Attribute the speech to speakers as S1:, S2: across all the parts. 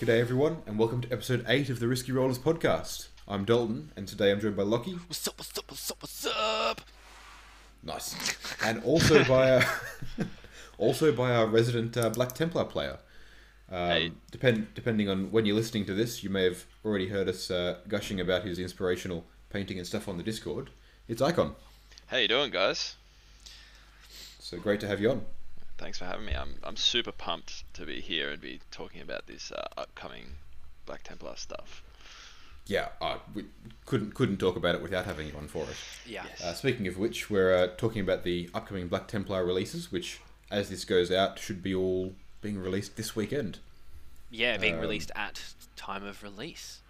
S1: G'day, everyone, and welcome to episode 8 of the Risky Rollers podcast. I'm Dalton, and today I'm joined by Lockie.
S2: What's up? What's up? What's up? What's up?
S1: Nice. And also by our, also by our resident uh, Black Templar player. Um,
S2: Hey.
S1: depend, depending on when you're listening to this, you may have already heard us uh, gushing about his inspirational painting and stuff on the Discord. It's Icon.
S2: How you doing, guys?
S1: So great to have you on.
S2: Thanks for having me. I'm I'm super pumped to be here and be talking about this uh, upcoming Black Templar stuff.
S1: Yeah, uh, we couldn't couldn't talk about it without having you on for us.
S3: Yeah.
S2: Yes.
S1: Uh, speaking of which, we're uh, talking about the upcoming Black Templar releases, which, as this goes out, should be all being released this weekend.
S3: Yeah, being
S1: Um,
S3: released at time of release.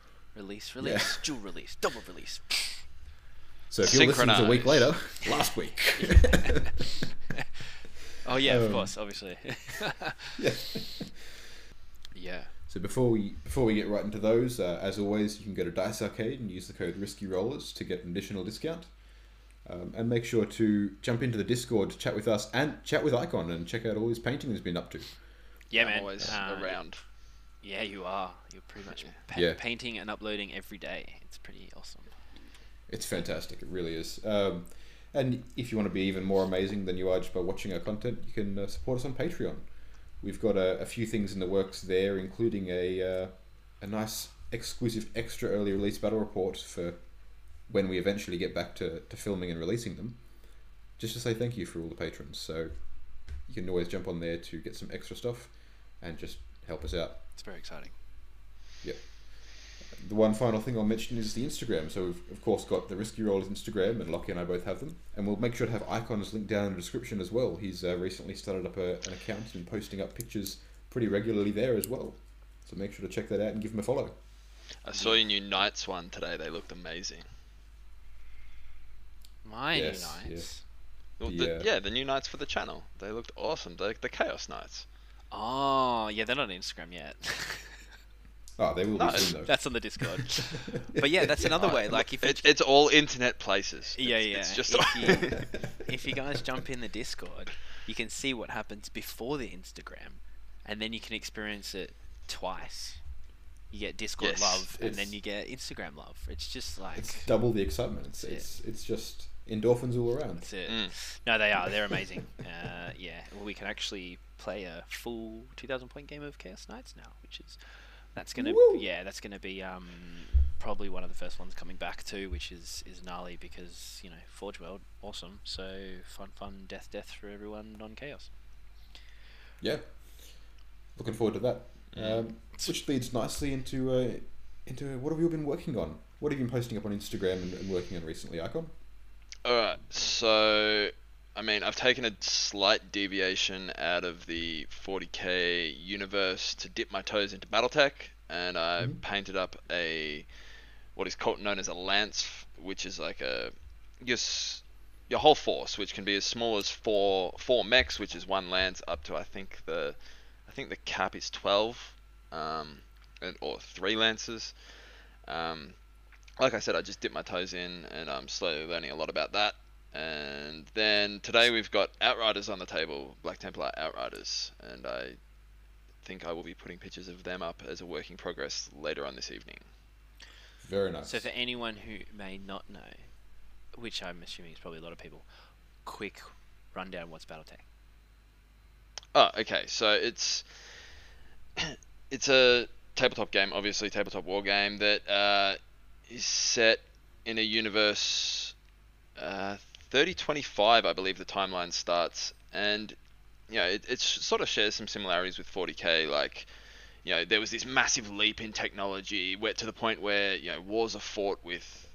S3: Release, release, dual release, double release.
S1: So if you're listening to a week later,
S2: Synchronized.
S1: last week.
S3: Oh yeah,
S1: Um,
S3: of course, obviously.
S1: Yeah.
S3: yeah.
S1: So before we before we get right into those, uh, as always, you can go to Dice Arcade and use the code Risky Rollers to get an additional discount. Um, and make sure to jump into the Discord, to chat with us, and chat with Icon, and check out all his painting he's been up to.
S3: Yeah,
S2: I'm
S3: man.
S2: always
S3: uh,
S2: around.
S3: Yeah, you are. You're pretty much pa-
S1: Yeah.
S3: painting and uploading every day. It's pretty awesome.
S1: It's fantastic. It really is. Um, and if you want to be even more amazing than you are just by watching our content, you can uh, support us on Patreon. We've got a, a few things in the works there, including a uh, a nice exclusive extra early release battle report for when we eventually get back to, to filming and releasing them. Just to say thank you for all the patrons. So you can always jump on there to get some extra stuff and just help us out.
S3: It's very exciting.
S1: The one final thing I'll mention is the Instagram. So we've of course got the Risky Rollers Instagram, and Lockie and I both have them. And we'll make sure to have icons linked down in the description as well. He's uh, recently started up a, an account and posting up pictures pretty regularly there as well. So make sure to check that out and give him a follow.
S2: I saw your new Knights one today. They looked amazing.
S3: My
S1: Yes,
S3: new knights.
S2: Well,
S1: The,
S2: the,
S1: uh,
S2: yeah, the new Knights for the channel. They looked awesome. The, the Chaos Knights.
S3: Oh, yeah, they're not on Instagram yet.
S1: Oh, they will be
S2: No,
S1: soon though.
S3: that's on the Discord. but yeah, that's another way. Like if you
S2: It, it's all internet places.
S3: Yeah,
S2: It's-
S3: yeah.
S2: It's just
S3: if, you, if you guys jump in the Discord, you can see what happens before the Instagram, and then you can experience it twice. You get Discord
S2: Yes,
S3: love, and then
S1: it's-
S3: you get Instagram love. It's just like
S1: It's double the excitement. It's
S3: Yeah.
S1: it's, it's just endorphins all around.
S3: that's it.
S2: Mm.
S3: No, they are. They're amazing. uh, yeah, well, we can actually play a full 2,000 point game of Chaos Knights now, which is that's gonna
S1: Woo!
S3: yeah that's gonna be um, probably one of the first ones coming back too, which is is gnarly because you know Forge World awesome. So fun, fun, death, death for everyone on Chaos.
S1: Yeah, looking forward to that.
S3: Mm.
S1: Um, which leads nicely into uh, into what have you all been working on? What have you been posting up on Instagram and, and working on recently, Icon?
S2: All right, so I mean, I've taken a slight deviation out of the 40k universe to dip my toes into BattleTech, and I painted up a what is called known as a lance, f- which is like a your s- your whole force, which can be as small as four four mechs, which is one lance, up to I think the I think the cap is 12, um, and, or three lances. Um, like I said, I just dipped my toes in and I'm slowly learning a lot about that. And then today we've got Outriders on the table, Black Templar Outriders, and I think I will be putting pictures of them up as a work in progress later on this evening.
S1: Very nice.
S3: So for anyone who may not know, which I'm assuming is probably a lot of people, quick rundown what's BattleTech.
S2: Oh, okay. So it's it's a tabletop game, obviously tabletop war game that uh, is set in a universe uh, 3025, I believe the timeline starts, and you know it, it sort of shares some similarities with 40k, like. You know, there was this massive leap in technology, where to the point where you know wars are fought with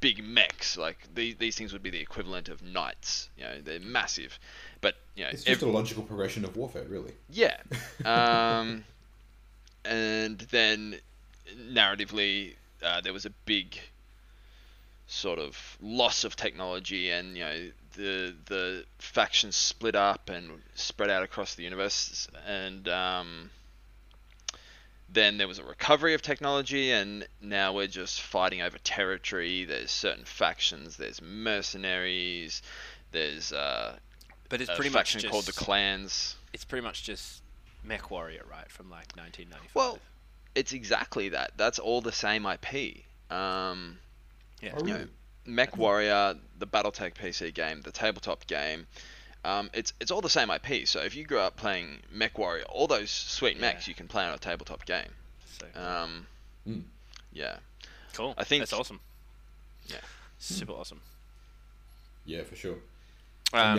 S2: big mechs. Like these, these things would be the equivalent of knights. You know, they're massive, but you know,
S1: It's
S2: ev-
S1: just a logical progression of warfare, really.
S2: yeah. Um, and then narratively, uh, there was a big sort of loss of technology, and you know the the factions split up and spread out across the universe, and um, then there was a recovery of technology, and now we're just fighting over territory. There's certain factions, there's mercenaries, there's uh,
S3: But it's
S2: a
S3: pretty much
S2: faction
S3: just
S2: called the clans.
S3: it's pretty much just Mech Warrior, right, from like 1995.
S2: Well, it's exactly that. That's all the same IP. Um,
S3: Yeah.
S1: Oh,
S2: you
S1: really?
S2: know, Mech Warrior, the BattleTech PC game, the tabletop game. Um, it's it's all the same IP. So if you grew up playing Mech Warrior, all those sweet
S3: Yeah.
S2: mechs you can play on a tabletop game.
S3: So
S2: Um,
S1: Mm.
S2: Yeah,
S3: cool.
S2: I think-
S3: that's awesome.
S2: Yeah.
S3: Super awesome.
S1: Yeah, for sure.
S3: Um,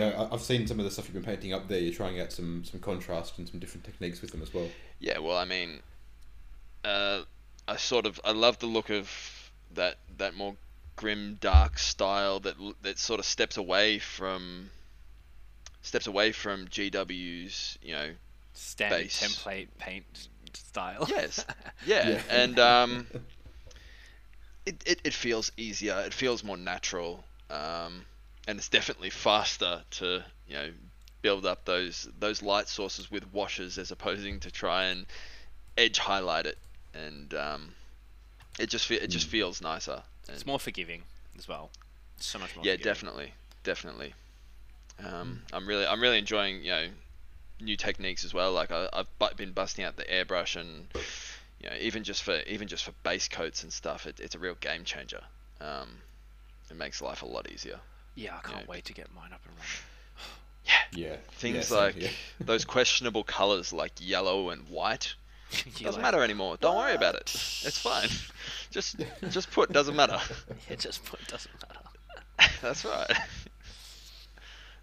S1: And, yeah, I- I've seen some of the stuff you've been painting up there. You're trying out some some contrast and some different techniques with them as well.
S2: yeah. Well, I mean, uh, I sort of I love the look of that that more grim dark style that l- that sort of steps away from steps away from GW's you know
S3: Standard
S2: base.
S3: template paint s- style.
S2: Yes. Yeah.
S1: Yeah.
S2: And um, it, it, it feels easier. It feels more natural. Um, and it's definitely faster to, you know, build up those those light sources with washes as opposing to try and edge highlight it. And um, it just fe- it just feels nicer. And,
S3: it's more forgiving as well. So much more.
S2: yeah,
S3: forgiving.
S2: definitely. Definitely. Um, I'm really I'm really enjoying, you know, new techniques as well. Like I, I've bu- been busting out the airbrush and you know even just for even just for base coats and stuff, it, it's a real game changer. Um, it makes life a lot easier.
S3: Yeah, I can't
S2: Yeah.
S3: wait to get mine up and running.
S1: Yeah. Yeah,
S2: Things
S1: same
S2: like
S1: here.
S2: those questionable colors like yellow and white
S3: You're
S2: doesn't
S3: like,
S2: matter anymore. Don't worry about it. It's fine. just just put doesn't matter.
S3: It just it doesn't matter.
S2: That's right.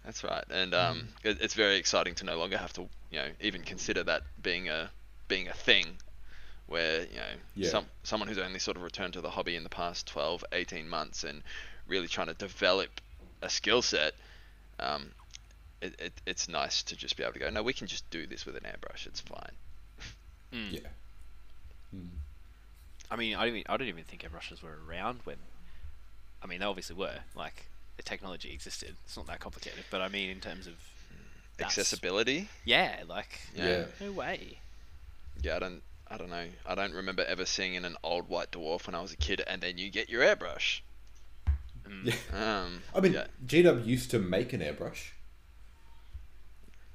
S2: That's right, and um, it, it's very exciting to no longer have to, you know, even consider that being a being a thing, where you know,
S1: Yeah.
S2: some someone who's only sort of returned to the hobby in the past 12, 18 months and really trying to develop a skill set, um, it, it, it's nice to just be able to go, no, we can just do this with an airbrush. It's fine.
S1: Yeah. Mm.
S3: I mean, I don't even, I don't even think airbrushes were around when. I mean, they obviously were. Like, the technology existed. It's not that complicated. But I mean, in terms of. that's-
S2: Accessibility.
S3: Yeah, like,
S1: Yeah.
S3: no way.
S2: Yeah, I don't, I don't know. I don't remember ever seeing in an old white dwarf when I was a kid, and then you get your airbrush.
S1: Yeah.
S2: Um,
S1: I mean,
S2: yeah.
S1: GW used to make an airbrush.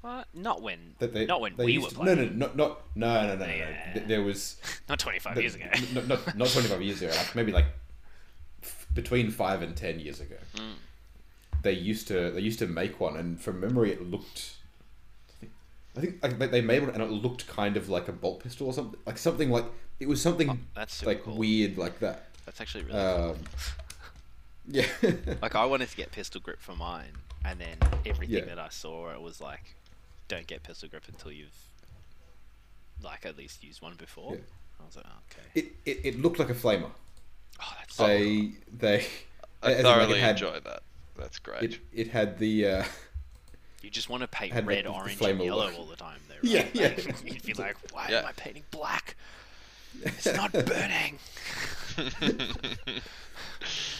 S3: What? Not when.
S1: That they,
S3: not when
S1: they
S3: we were
S1: used
S3: playing.
S1: To, no, no, not, not, no, no, no, no, no.
S3: Yeah.
S1: Th- There was
S3: Not 25 years ago.
S1: n- n- not, not 25 years ago, like maybe like f- between 5 and 10 years ago.
S3: Mm.
S1: They used to they used to make one and from memory it looked I think like they- they made one and it looked kind of like a bolt pistol or something like something like it was something
S3: Oh, that's super
S1: like
S3: cool.
S1: weird like that.
S3: That's actually really cool.
S1: Um, yeah.
S3: Like, I wanted to get pistol grip for mine. And then everything
S1: Yeah.
S3: that I saw, it was like, don't get pistol grip until you've, like, at least used one before.
S1: Yeah.
S3: I was like, oh, okay.
S1: it, it it looked like a flamer.
S3: oh, that's so cool.
S1: They they
S2: I
S1: as in, like, it
S2: thoroughly
S1: had-
S2: enjoy that. That's great.
S1: It, it had the uh,
S3: You just want to paint
S1: Had, like,
S3: red,
S1: the- the
S3: orange,
S1: flame
S3: and
S1: all
S3: yellow
S1: over.
S3: all the time, though. Right?
S1: Yeah, yeah.
S3: Like, You'd be like, why
S2: Yeah.
S3: am I painting black? It's not burning.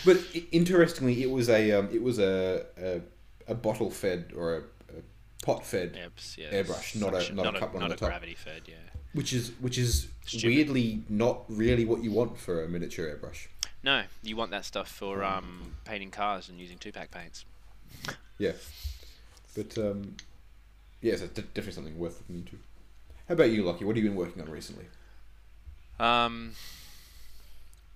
S1: But i- interestingly, it was a um, it was a a, a bottle fed or a, a pot fed,
S3: Yeah, it's- yeah,
S1: Airbrush, not a-
S3: suction-
S1: not a cup one on
S3: not
S1: the top.
S3: gravity fed. Yeah,
S1: which is which is
S3: Stupid.
S1: weirdly not really what you want for a miniature airbrush.
S3: no, you want that stuff for
S1: Mm-hmm.
S3: um, painting cars and using two-pack paints.
S1: Yeah, but um, yeah, so d- definitely something worth looking into. How about you, Lucky? What have you been working on recently?
S3: Um,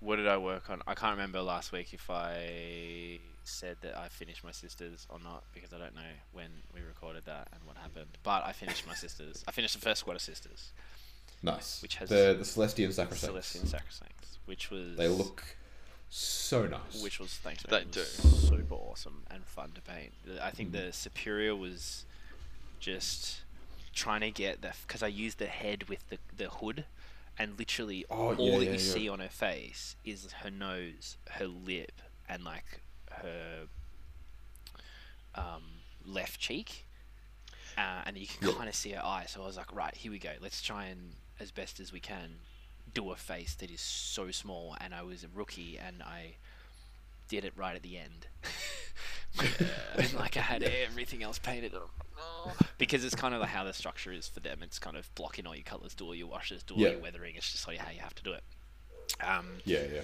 S3: what did I work on? I can't remember last week if I said that I finished my sisters or not because I don't know when we recorded that and what happened. But I finished my sisters. I finished the first squad of sisters,
S1: Nice.
S3: Which has-
S1: the the Celestian sacrifice.
S3: Celestian Sacrosancts, which was
S1: They look so nice.
S3: which was thanks
S2: They
S3: mate, it
S2: do.
S3: was super awesome and fun to paint. The- I
S1: Mm.
S3: think the superior was just trying to get the because I used the head with the the hood, and literally
S1: Oh,
S3: all
S1: yeah,
S3: that
S1: yeah,
S3: you
S1: yeah.
S3: see on her face is her nose, her lip, and like her um, left cheek, uh, and you can
S1: Yeah.
S3: kind of see her eye. So I was like, right, here we go. Let's try and as best as we can do a face that is so small. And I was a rookie, and I did it right at the end. When, like I had everything else painted. and I'm like, "No." Because it's kind of like how the structure is for them. It's kind of blocking all your colours, do all your washes, do all
S1: Yeah.
S3: your weathering. It's just like how you have to do it. Um,
S1: Yeah, yeah.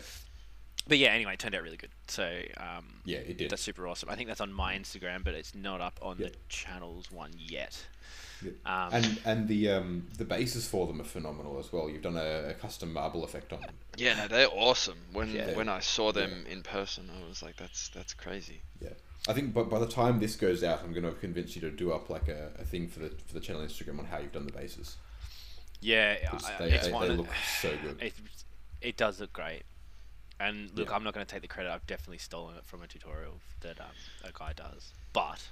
S3: But yeah, anyway, it turned out really good. So um,
S1: Yeah, it did.
S3: that's super awesome. I think that's on my Instagram, but it's not up on
S1: Yeah.
S3: the channel's one yet.
S1: Yeah.
S3: Um,
S1: and and the um, the bases for them are phenomenal as well. You've done a, a custom marble effect on them.
S2: Yeah, no, they're awesome. When
S1: Yeah.
S2: when I saw them in person, I was like, that's that's crazy.
S1: Yeah, I think. But by the time this goes out, I'm going to convince you to do up like a, a thing for the for the channel Instagram on how you've done the bases.
S3: yeah, I-
S1: 'Cause
S3: I-
S1: They,
S3: it's
S1: they,
S3: one.
S1: they look so good.
S3: it it does look great. And look,
S1: Yeah.
S3: I'm not going to take the credit. I've definitely stolen it from a tutorial that um, a guy does. But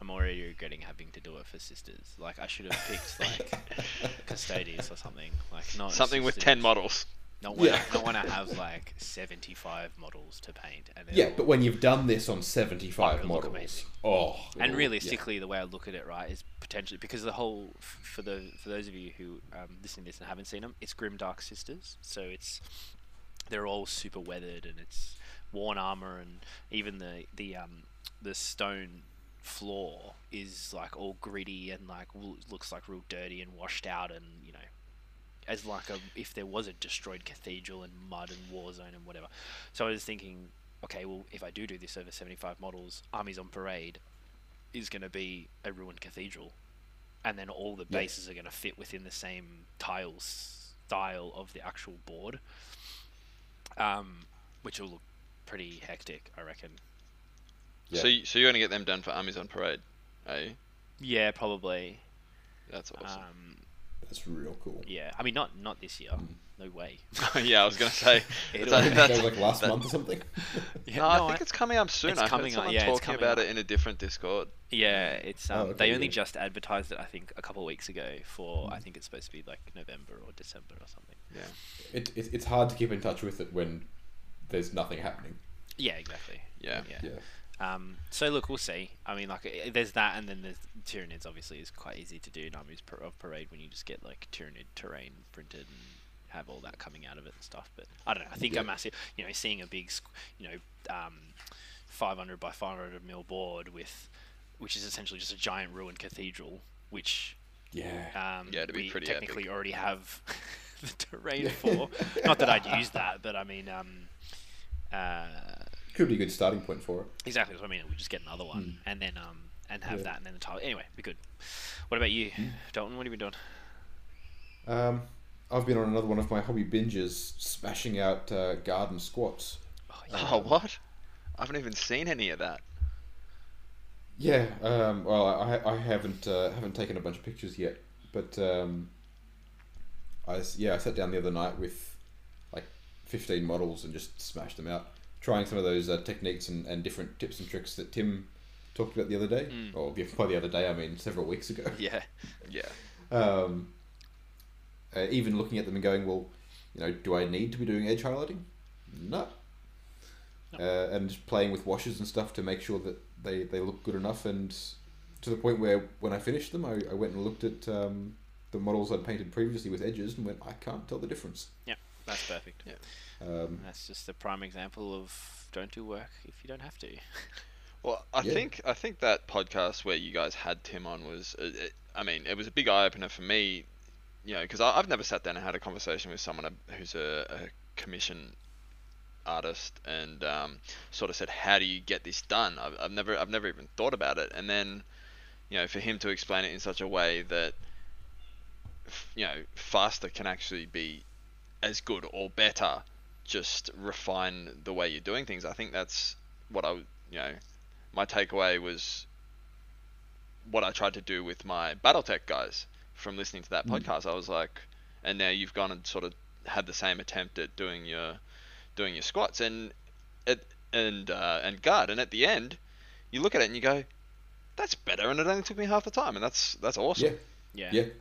S3: I'm already regretting having to do it for sisters. Like I should have picked like custodies or something. Like not
S2: Something with
S3: sisters.
S2: ten models.
S3: Not want
S1: Yeah.
S3: to not want to have like 75 models to paint. And they're
S1: Yeah,
S3: all-
S1: but when you've done this on 75
S3: Fucking look
S1: models,
S3: amazing.
S1: oh,
S3: and
S1: it'll-
S3: realistically, the way I look at it, right, is potentially because the whole f- for the for those of you who um, listen to this and haven't seen them, it's Grimdark Sisters. So it's they're all super weathered and it's worn armor and even the the um the stone floor is like all gritty and like w- looks like real dirty and washed out and you know as like a if there was a destroyed cathedral and mud and war zone and whatever. So I was thinking, okay, well if I do do this over seventy five models, armies on parade is going to be a ruined cathedral, and then all the
S1: Yeah.
S3: bases are going to fit within the same tile style of the actual board, um, which will look pretty hectic, I reckon.
S1: Yeah.
S2: So you, so you're gonna get them done for armies on parade, are you?
S3: Yeah, probably.
S2: That's awesome.
S3: Um,
S1: Yeah, that's real cool.
S3: yeah, I mean, not not this year. No way.
S2: yeah, I was gonna say.
S3: Ah. It'll-
S2: that's-
S1: That
S2: that's-
S1: was like last
S2: that-
S1: month or something.
S3: Yeah,
S2: no, I
S3: no,
S2: think it's coming up soon.
S3: It's
S2: I've
S3: coming
S2: heard
S3: up,
S2: someone
S3: yeah, it's
S2: talking
S3: coming
S2: about
S3: up.
S2: it in a different Discord.
S3: Yeah, Mm. it's um,
S1: Oh, okay,
S3: they only
S1: yeah.
S3: just advertised it. I think a couple of weeks ago for I think it's supposed to be like November or December or something.
S2: Yeah.
S1: It, it, it's hard to keep in touch with it when there's nothing happening.
S3: Yeah, exactly.
S2: Yeah.
S1: Yeah.
S3: Um, so look, we'll see. I mean, like, i- there's that, and then there's Tyranids. Obviously, is quite easy to do in Armies par- of Parade when you just get like Tyranid terrain printed and have all that coming out of it and stuff. But I don't know. I think
S1: Yeah.
S3: a massive, you know, seeing a big, squ- you know, um, 500 by 500 mil board with, which is essentially just a giant ruined cathedral, which
S1: Yeah.
S3: um,
S2: Yeah, it'd be
S3: we
S2: pretty
S3: technically already have the terrain for. Not that I'd use that, but I mean, um, uh.
S1: Could be a good starting point for it.
S3: Exactly. So I mean, we just get another one, and then um, and have
S1: Hmm. Yeah. Hmm.
S3: that, and then the title. Anyway, be good. What about you, Dalton? What have you been doing?
S1: Um, I've been on another one of my hobby binges, smashing out uh, garden squats.
S2: Oh what? I haven't even seen any of that.
S1: Yeah. Um, well, I, I haven't uh, haven't taken a bunch of pictures yet, but um, I s- yeah I sat down the other night with like fifteen models and just smashed them out, trying some of those uh, techniques and, and different tips and tricks that Tim talked about the other day, or by the other day I mean several weeks ago.
S3: Yeah.
S2: Yeah.
S1: Um, uh, even looking at them and going, well, you know, do I need to be doing edge highlighting? No. Uh, and just playing with washes and stuff to make sure that they, they look good enough. And to the point where when I finished them, I, I went and looked at um, the models I'd painted previously with edges and went, I can't tell the difference.
S3: Yeah. That's perfect.
S2: Yeah.
S1: Um,
S3: That's just the prime example of don't do work if you don't have to.
S2: Well, I
S1: Yeah.
S2: think I think that podcast where you guys had Tim on was, uh, it, I mean, it was a big eye opener for me, you know, because I've never sat down and had a conversation with someone ab- who's a, a commission artist and um, sort of said, how do you get this done? I've, I've never I've never even thought about it, and then, you know, for him to explain it in such a way that, f- you know, faster can actually be as good or better just refine the way you're doing things. I think that's what I, w- you know, my takeaway was what I tried to do with my BattleTech guys from listening to that podcast. I was like, and now you've gone and sort of had the same attempt at doing your doing your squats and at, and uh, and guard, and at the end, you look at it and you go, that's better, and it only took me half the time, and that's that's awesome.
S1: yeah,
S3: Yeah.
S1: yeah,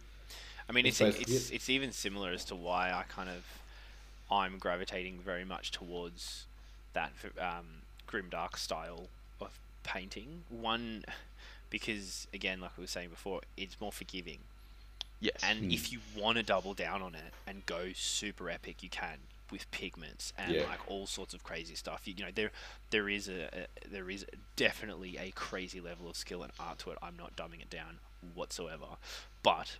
S3: I mean, it's
S1: It's
S3: it's
S1: both-
S3: it's, it's even similar as to why I kind of I'm gravitating very much towards that f- um, grimdark style of painting. One because again, like we were saying before, it's more forgiving.
S2: Yes.
S3: And if you want to double down on it and go super epic, you can with pigments and
S1: Yeah.
S3: like all sorts of crazy stuff. You, you know, there there is a, a there is definitely a crazy level of skill and art to it. I'm not dumbing it down whatsoever, but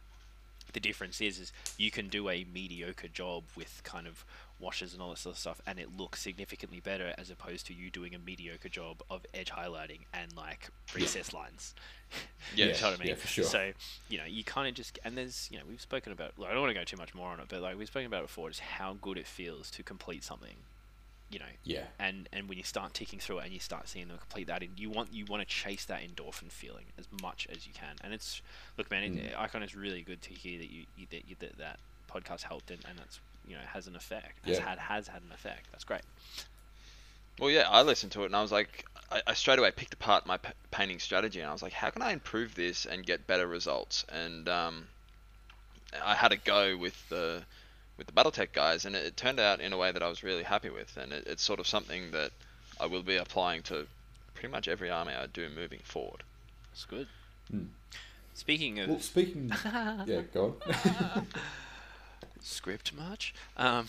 S3: the difference is is you can do a mediocre job with kind of washes and all that sort of stuff, and it looks significantly better as opposed to you doing a mediocre job of edge highlighting and like recess lines.
S2: Yeah,
S3: you know what I mean.
S1: yeah, for sure.
S3: So you know you kind of just and there's you know we've spoken about. Like, I don't want to go too much more on it, but like we've spoken about it before, just how good it feels to complete something. You know,
S1: Yeah.
S3: and and when you start ticking through it and you start seeing them complete that and you want you want to chase that endorphin feeling as much as you can and it's look man
S1: Mm.
S3: it, icon is really good to hear that you, you that you, that, that podcast helped and, and that's you know has an effect has
S1: Yeah.
S3: had has had an effect that's great
S2: Well, yeah, I listened to it and I was like, I, I straight away picked apart my p- painting strategy and I was like, how can I improve this and get better results? And um, I had a go with the with the BattleTech guys, and it, it turned out in a way that I was really happy with, and it, it's sort of something that I will be applying to pretty much every army I do moving forward.
S3: that's good
S1: Hmm.
S3: speaking of
S1: Well, speaking. yeah, go on.
S3: script much um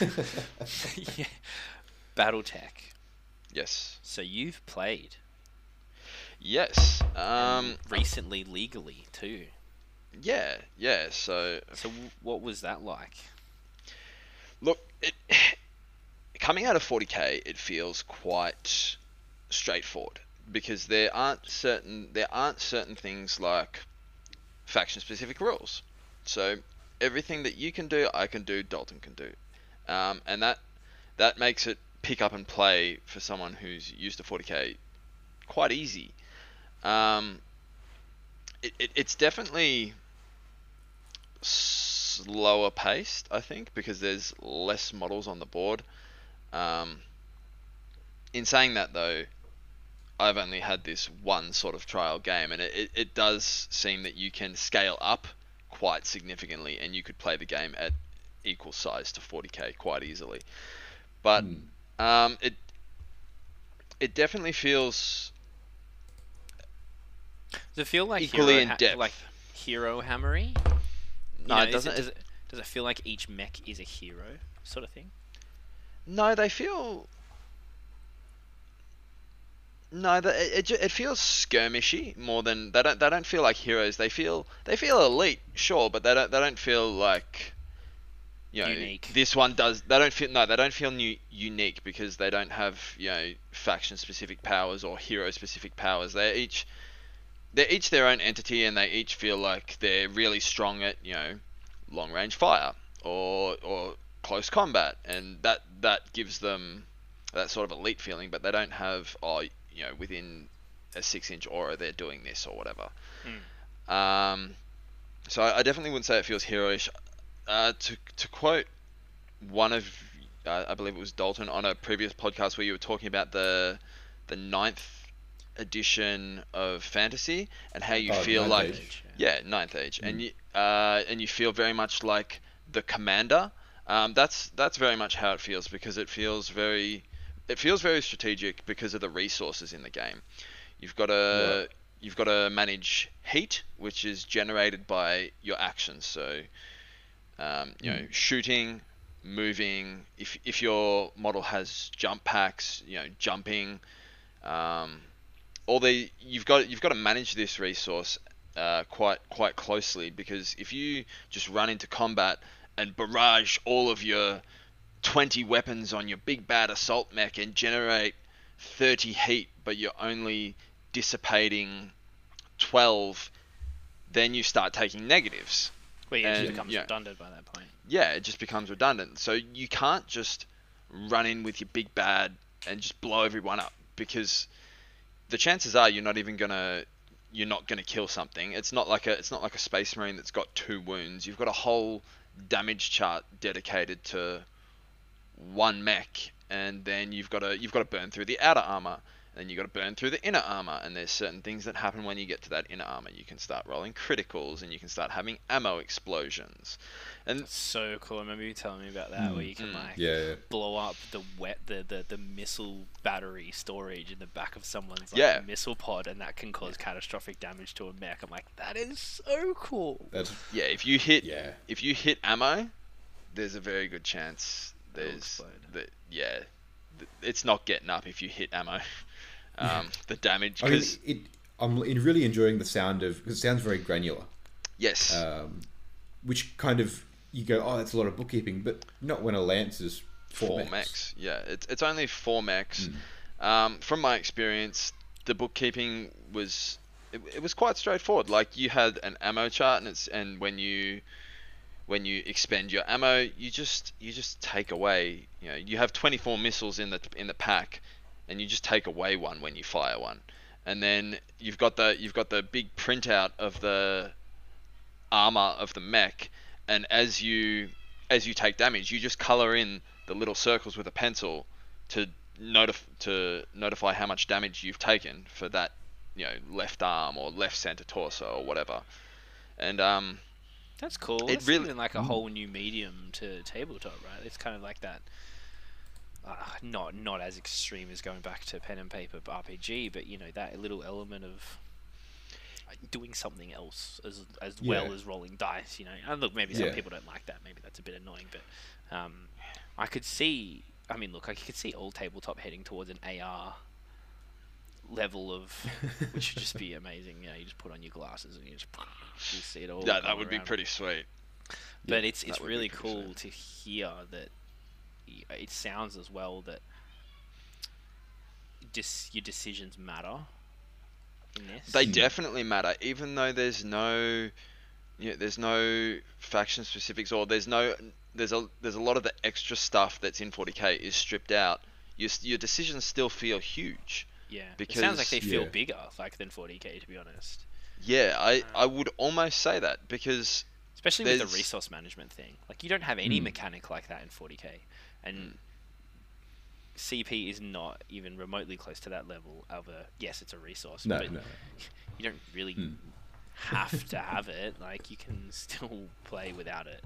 S3: yeah battletech
S2: Yes.
S3: so you've played
S2: Yes. Um,
S3: recently legally too
S2: yeah. Yeah. So
S3: so w- what was that like
S2: Look, it, coming out of 40k, it feels quite straightforward because there aren't certain there aren't certain things like faction specific rules. So everything that you can do, I can do, Dalton can do, um, and that that makes it pick up and play for someone who's used to 40k quite easy. Um, it, it, it's definitely slower paced, I think, because there's less models on the board. Um, in saying that, though, I've only had this one sort of trial game, and it, it, it does seem that you can scale up quite significantly, and you could play the game at equal size to 40k quite easily. But
S1: Hmm.
S2: um, it it definitely feels
S3: Does it feel like
S2: Equally
S3: hero
S2: in
S3: ha-
S2: depth.
S3: like hero hammery? You
S2: no,
S3: know,
S2: it
S3: is
S2: doesn't.
S3: does, it, does it feel like each mech is a hero sort of thing?
S2: No, they feel. No, the, it, it ju- it feels skirmishy more than they don't they don't feel like heroes. They feel they feel elite, sure, but they don't they don't feel like you know
S3: Unique.
S2: this one does. They don't feel no, they don't feel new, unique because they don't have you know faction specific powers or hero specific powers. They're each they're each their own entity, and they each feel like they're really strong at you know long range fire or or close combat, and that that gives them that sort of elite feeling. But they don't have oh you know within a six inch aura they're doing this or whatever. Um, so I I definitely wouldn't say it feels heroish. Uh, to to quote one of uh, I believe it was Dalton on a previous podcast where you were talking about the the ninth edition of fantasy and how you
S1: Oh,
S2: feel
S1: Ninth
S2: like
S1: Age. Hmm.
S2: yeah, ninth age, and you uh, and you feel very much like the commander. Um, that's that's very much how it feels because it feels very it feels very strategic because of the resources in the game. You've got to you've got to manage heat, which is generated by your actions. So um, you know, shooting, moving. If if your model has jump packs, you know, jumping. Um, all the you've got you've got to manage this resource uh, quite quite closely because if you just run into combat and barrage all of your 20 weapons on your big bad assault mech and generate 30 heat, but you're only dissipating 12, then you start taking negatives
S3: Well, yeah, it
S2: And-
S3: just becomes
S2: Um, yeah.
S3: redundant by that point.
S2: yeah, it just becomes redundant. So you can't just run in with your big bad and just blow everyone up because the chances are you're not even gonna you're not gonna kill something. It's not like a it's not like a space marine that's got two wounds. You've got a whole damage chart dedicated to one mech, and then you've got to you've got to burn through the outer armor, and you've got to burn through the inner armor. And there's certain things that happen when you get to that inner armor. You can start rolling criticals, and you can start having ammo explosions, and
S3: So cool. I remember you telling me about
S2: Hmm.
S3: that, where you can like
S1: yeah, yeah.
S3: blow up the wet the, the the missile battery storage in the back of someone's like,
S2: Yeah.
S3: missile pod, and that can cause catastrophic damage to a mech. I'm like, that is so cool.
S1: That's
S2: Yeah, if you hit
S1: Yeah.
S2: if you hit ammo, there's a very good chance
S3: will
S2: there's
S3: explode.
S2: that yeah, th- it's not getting up if you hit ammo. Um, the damage
S1: I mean,
S2: because
S1: it. I'm really enjoying the sound of because it sounds very granular.
S2: yes,
S1: Um, which kind of you go, oh, that's a lot of bookkeeping, but not when a lance is
S2: four
S1: four
S2: max.
S1: mechs.
S2: Yeah, it's it's only four max. Um, from my experience, the bookkeeping was it, it was quite straightforward. Like you had an ammo chart, and it's and when you when you expend your ammo, you just you just take away. You know, you have 24 missiles in the in the pack, and you just take away one when you fire one, and then you've got the you've got the big printout of the armor of the mech, and as you as you take damage, you just color in the little circles with a pencil to notif- to notify how much damage you've taken for that, you know, left arm or left center torso or whatever. And um,
S3: That's cool.
S2: It
S3: It's
S2: really- Mm.
S3: even like a whole new medium to tabletop, right? It's kind of like that. Uh, not not as extreme as going back to pen and paper b- RPG, but you know that little element of uh, doing something else as as well
S1: Yeah.
S3: as rolling dice. You know, and look, maybe some
S1: Yeah.
S3: people don't like that. Maybe that's a bit annoying, but um, I could see. I mean, look, I could see all tabletop heading towards an AR level of, which would just be amazing. You know, you just put on your glasses and you just you see it all.
S2: yeah,
S3: going
S2: that would be
S3: around
S2: pretty sweet.
S3: but it's it's
S2: that would be
S3: really
S2: pretty
S3: cool
S2: sick.
S3: to hear that y- it sounds as well that just your decisions matter in this.
S2: They
S1: Hmm.
S2: definitely matter, even though there's no, you know, there's no faction specifics or there's no there's a there's a lot of the extra stuff that's in 40k is stripped out. Your s- your decisions still feel huge.
S3: yeah. it sounds like
S2: because-
S3: they feel
S1: Yeah.
S3: bigger like than 40k to be honest.
S2: Yeah, I, I would almost say that because
S3: Especially with
S2: There's- Hmm.
S3: the resource management thing. Like you don't have any
S1: Mm.
S3: mechanic like that in 40k and CP is not even remotely close to that level of a yes, it's a resource,
S1: No,
S3: but
S1: no.
S3: you don't really
S2: Hmm.
S1: Mm.
S3: have to have it. Like you can still play without it.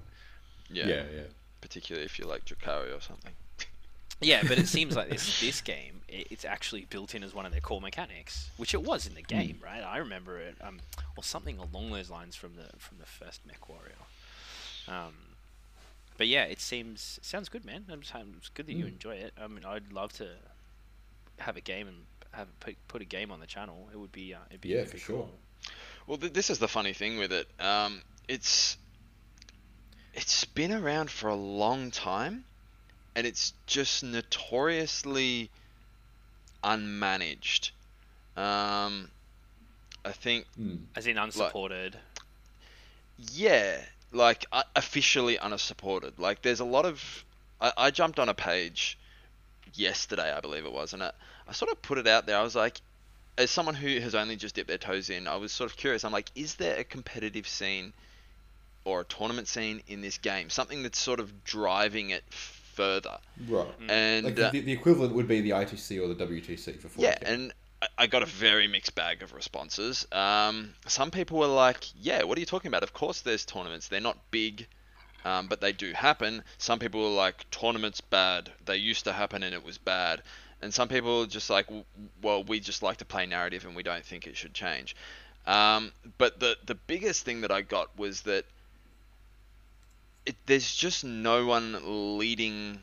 S2: yeah,
S1: Yeah, yeah.
S2: particularly if you like Drakari or something.
S3: Yeah, but it seems like this this game i it's actually built in as one of their core mechanics, which it was in
S1: Hmm.
S3: the game, right? I remember it, um, or something along those lines from the from the first Mech Warrior. Um, but yeah, it seems sounds good, man. I'm just, I'm- it's good that you
S1: Mm.
S3: enjoy it. I mean, I'd love to have a game and have put, put a game on the channel. It would be uh, it'd be
S1: Yeah,
S3: it'd
S1: for
S3: be
S1: sure.
S3: cool.
S2: Well, th- this is the funny thing with it. Um, it's it's been around for a long time, and it's just notoriously unmanaged. Um, I think
S1: Mm.
S3: As in unsupported.
S2: yeah, like uh, officially unsupported. Like there's a lot of I, I jumped on a page yesterday, I believe it was, and I, I sort of put it out there. I was like, as someone who has only just dipped their toes in, I was sort of curious. I'm like, is there a competitive scene or a tournament scene in this game? Something that's sort of driving it further.
S1: Right.
S2: And
S1: Like
S2: uh,
S1: the, the equivalent would be the ITC or the WTC for 40k.
S2: yeah, and I- I got a very mixed bag of responses. Um, some people were like, "Yeah, what are you talking about? Of course, there's tournaments. They're not big, um, but they do happen." Some people were like, "Tournaments bad. They used to happen, and it was bad." And some people were just like, "W- "Well, we just like to play narrative, and we don't think it should change." Um, but the the biggest thing that I got was that it, there's just no one leading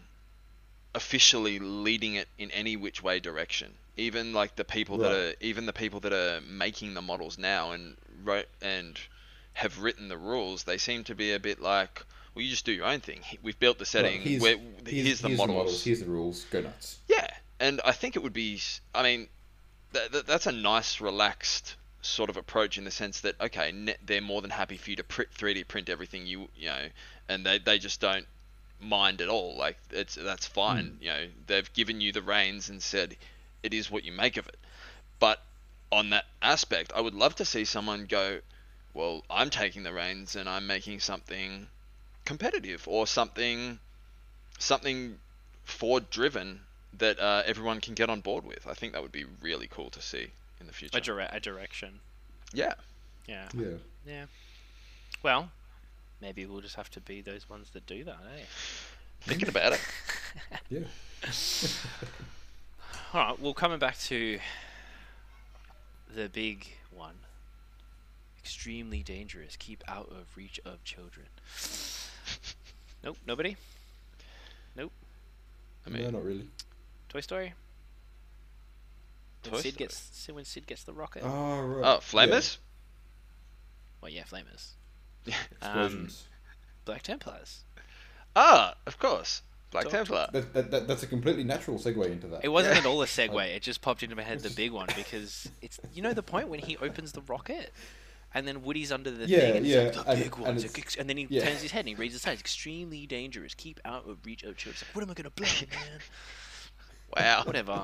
S2: officially leading it in any which way direction. Even like the people that
S1: Right.
S2: are even the people that are making the models now and wrote and have written the rules, they seem to be a bit like, well, you just do your own thing. He- We've built the setting.
S1: here's-
S2: We're, here's,
S1: Here's,
S2: the
S1: here's
S2: models.
S1: Here's the rules. Go nuts.
S2: Yeah, and I think it would be. s- I mean, th- th- that's a nice, relaxed sort of approach in the sense that okay, ne- they're more than happy for you to print 3D print everything you you know, and they they just don't mind at all. Like it's that's fine. You know, they've given you the reins and said it is what you make of it. But on that aspect, I would love to see someone go, well, I'm taking the reins and I'm making something competitive or something something Ford driven that uh, everyone can get on board with. I think that would be really cool to see in the future.
S3: A, dire- a direction.
S2: yeah,
S3: Yeah.
S1: Yeah.
S3: Yeah. Well, maybe we'll just have to be those ones that do that, eh?
S2: thinking about it.
S1: Yeah.
S3: All right. Well, coming back to the big one. Extremely dangerous. Keep out of reach of children. Nope. Nobody.
S2: I mean,
S1: no, not really.
S3: Toy Story. When
S2: Toy
S3: Sid
S2: Story. Uh-huh.
S3: gets Sid- when Sid gets the rocket.
S1: Oh, right.
S2: Oh,
S1: Yeah.
S2: flamers.
S3: Well, yeah, flamers. Um,
S1: Explosions.
S3: Black Templars.
S2: Ah, of course. Black
S3: Don't-
S2: Templar.
S1: That, that, that, that's a completely natural segue into that.
S3: It wasn't
S2: Yeah.
S3: at all a segue. It just popped into my head the big one because it's you know the point when he opens the rocket, and then Woody's under the
S1: Yeah,
S3: thing and
S1: yeah,
S3: it's like the
S1: and-
S3: big
S1: and
S3: ones,
S1: it's-
S3: ex- and then he
S1: yeah.
S3: turns his head and he reads the signs. Extremely dangerous. Keep out of reach of children. It's like, what am I gonna blow, man? Oh,
S2: Wow.
S3: Whatever.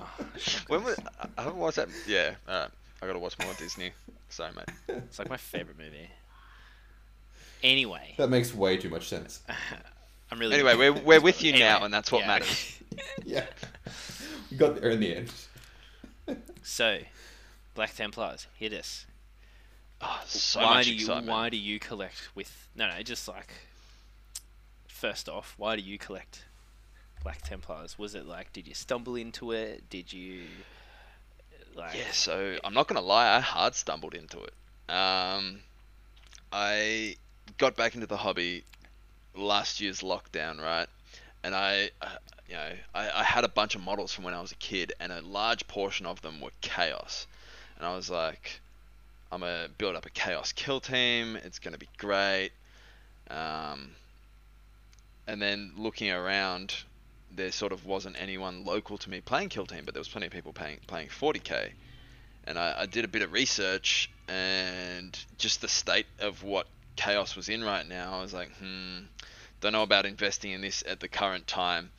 S2: When was, I- I haven't watched that. Yeah, alright. I gotta watch more Disney. Sorry, mate.
S3: It's like my favorite movie. Anyway,
S1: That makes way too much sense.
S3: I'm really
S2: Anyway, we're, we're with you now, and that's what
S3: yeah.
S2: matters.
S1: Yeah. we got there in the end.
S3: So, Black Templars, hit us.
S2: Oh, so
S3: why
S2: much
S3: do you
S2: excitement.
S3: why do you collect with no no just like first off why do you collect black templars was it like did you stumble into it did you like
S2: Yeah, so I'm not gonna lie, I hard stumbled into it. Um, I got back into the hobby last year's lockdown, right? And I, uh, you know, I, I had a bunch of models from when I was a kid, and a large portion of them were chaos. And I was like, I'm gonna build up a chaos kill team. It's gonna be great. Um, and then looking around, there sort of wasn't anyone local to me playing Kill Team, but there was plenty of people playing playing 40k. And I, I did a bit of research, and just the state of what Chaos was in right now, I was like, hmm, don't know about investing in this at the current time.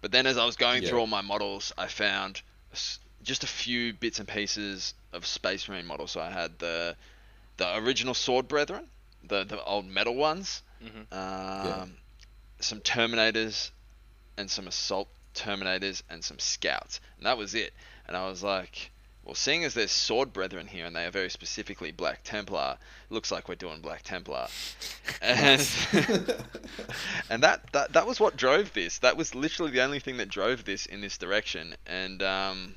S2: But then as I was going
S1: Yeah.
S2: through all my models, I found s- just a few bits and pieces of Space Marine models. So I had the the original Sword Brethren, the the old metal ones,
S3: Mhm.
S2: um, some Terminators, and some assault Terminators and some Scouts, and that was it. And I was like, well, seeing as there's Sword Brethren here, and they are very specifically Black Templar, looks like we're doing Black Templar, and and that, that that was what drove this. That was literally the only thing that drove this in this direction, and um.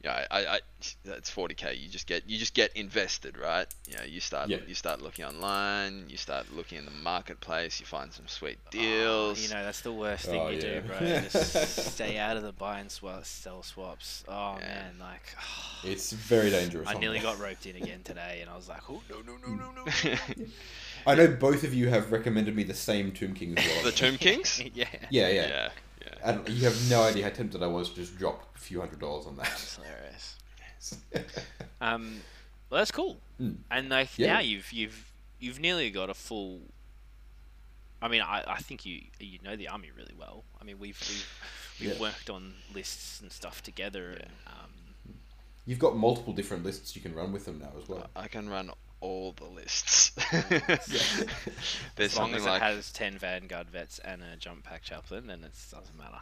S2: Yeah, I, I, I, that's 40k. You just get, you just get invested, right? You know, you start,
S1: Yeah.
S2: you start looking online, you start looking in the marketplace, you find some sweet
S3: Oh,
S2: deals.
S3: you know that's the worst thing
S1: Oh,
S3: you
S1: yeah.
S3: do bro just stay out of the buy and swap, sell swaps oh
S2: Yeah.
S3: man like
S1: It's very dangerous.
S3: I
S1: on
S3: nearly
S1: that.
S3: got roped in again today and I was like oh no no no no no
S1: I know both of you have recommended me the same Tomb King as well.
S2: the Tomb Kings.
S3: yeah
S1: Yeah, yeah.
S2: yeah, yeah.
S1: And you have no idea how tempted I was to just drop a few hundred dollars on that.
S3: It's hilarious Um, well, that's cool.
S1: Mm.
S3: And like
S1: Yeah.
S3: now you've you've you've nearly got a full. I mean, I, I think you you know the army really well. I mean, we've we've, we've
S1: Yeah.
S3: worked on lists and stuff together. And, um,
S1: You've got multiple different lists you can run with them now as
S3: Uh,
S1: well.
S2: I can run all the lists. There's
S3: as long
S2: something
S3: as
S2: like
S3: it has ten vanguard vets and a jump pack chaplain, then it doesn't matter.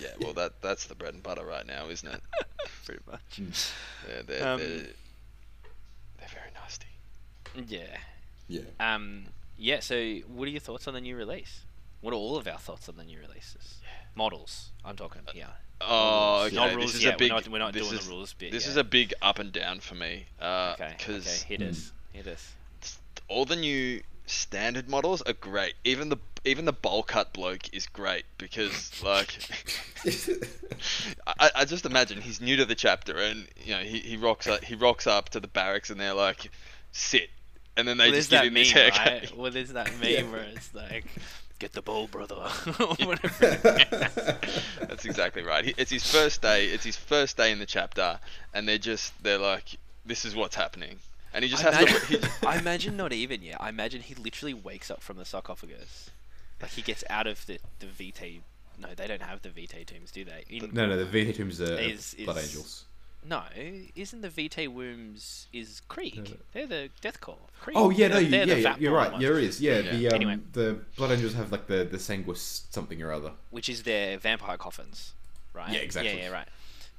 S2: yeah, well that that's the bread and butter right now, isn't it?
S3: Pretty much.
S2: They're, they're,
S3: Um,
S2: they're, they're very nasty.
S3: Yeah.
S1: Yeah.
S3: Um. Yeah. So, what are your thoughts on the new release? What are all of our thoughts on the new releases? Models. I'm talking. Yeah.
S2: Oh,
S1: rules.
S2: okay.
S1: No
S3: rules
S2: this is
S3: yet,
S2: a
S3: we're
S2: big.
S3: not- we're not
S2: this
S3: doing the
S2: is-
S3: rules bit
S2: This
S3: yet.
S2: is a big up and down for me. Uh,
S3: Okay.
S2: Because
S3: okay. Hit us. Hit us.
S2: all the new standard models are great. Even the even the bowl cut bloke is great because like. I, I just imagine he's new to the chapter, and you know he, he rocks up he rocks up to the barracks, and they're like, "Sit," and then they
S3: well,
S2: just
S3: there's
S2: give him this
S3: that meme,
S2: haircut.
S3: right? Well, there's that meme
S1: Yeah.
S3: where it's like, "Get the ball, brother." or Whatever.
S2: That's exactly right. He, it's his first day. It's his first day in the chapter, and they're just they're like, "This is what's happening," and he just
S3: I,
S2: has
S3: imagine,
S2: to. He,
S3: I imagine not even yet. I imagine he literally wakes up from the sarcophagus, like he gets out of the the VT. No, they don't have the VT tombs, do they? In,
S1: no, no, the VT tombs are
S3: Is-
S1: Blood
S3: is-
S1: Angels.
S3: no, isn't the VT wombs is Creek?
S1: No.
S3: They're the Death Corps. of Krieg.
S1: Oh yeah, no,
S3: They're-
S1: you,
S3: they're
S1: yeah,
S3: the
S1: yeah
S3: fat
S1: you're
S3: bald
S1: right.
S3: ones,
S1: There is, yeah.
S2: Yeah.
S1: The um,
S3: Anyway.
S1: the Blood Angels have like the the sanguis something or other.
S3: which is their vampire coffins, right?
S1: Yeah, exactly.
S3: Yeah, yeah, right.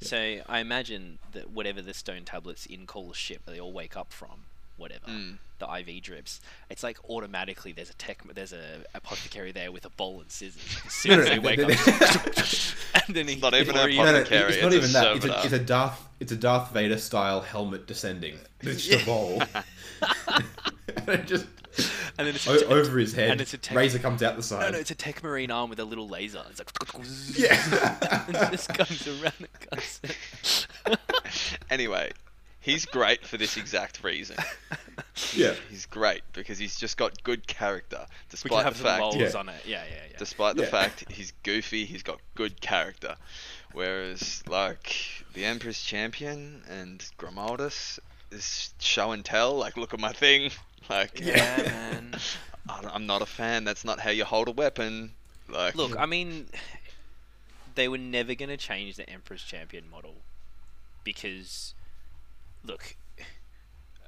S3: So I imagine that whatever the stone tablets in Cole's ship that they all wake up from, whatever
S1: Hmm.
S3: the IV drips, it's like automatically there's a tech, there's a apothecary there with a bowl and scissors. As soon as they
S1: no,
S3: wake
S1: no,
S3: up, and then he,
S2: not even
S3: or
S1: No,
S2: an
S3: he-
S1: no,
S2: Fucking carry,
S1: it's not
S2: it's a
S1: even that. It's a,
S2: soda.
S1: it's a Darth it's a Darth Vader style helmet descending. It's just a bowl. And it just
S3: and then it's a
S1: o-
S3: te-
S1: over his head.
S3: and it's a tech-
S1: razor comes out the side.
S3: no, no, it's a tech marine arm with a little laser. It's like
S1: yeah.
S3: and this comes around and comes.
S2: anyway, he's great for this exact reason.
S1: Yeah.
S2: he's great because he's just got good character,
S3: We can
S2: despite the
S3: have some
S2: fact
S3: lols
S1: Yeah.
S3: on it. Yeah, yeah, yeah.
S2: despite the
S1: Yeah.
S2: fact he's goofy, he's got good character. Whereas, like, the Emperor's Champion and Grimaldus is show and tell, like, look at my thing. Like,
S3: yeah, man.
S2: I don't- I'm not a fan. That's not how you hold a weapon. Like,
S3: Look, I mean, they were never going to change the Emperor's Champion model because, look,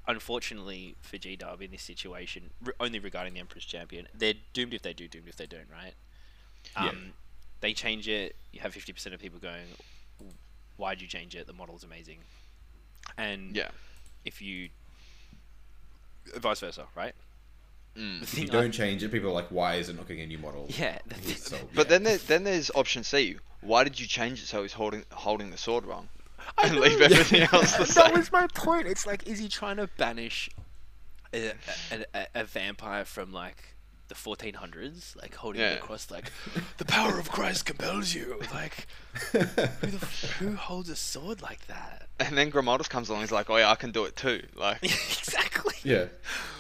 S3: unfortunately for G Dub in this situation, re- only regarding the Emperor's Champion, they're doomed if they do, doomed if they don't, right?
S1: Yeah.
S3: Um, They change it, you have 50% of people going, why'd you change it? The model's amazing. And
S2: yeah.
S3: if you. Vice versa, right?
S2: Mm.
S3: The
S1: If you
S3: thing I-
S1: don't change it, people are like, why is it not getting a new model?
S3: yeah. the thing-
S1: He's so-
S2: But
S1: yeah.
S2: then, there, then there's option C. Why did you change it so he's holding holding the sword wrong, and
S3: know.
S2: leave everything else the
S3: that
S2: same?
S3: was my point. It's like, is he trying to banish a, a, a, a vampire from like the 1400s, like holding
S2: Yeah.
S3: it across, like the power of Christ compels you. Like, who the f- who holds a sword like that?
S2: And then Grimaldus comes along. He's like, "Oh yeah, I can do it too." Like,
S3: exactly.
S1: Yeah.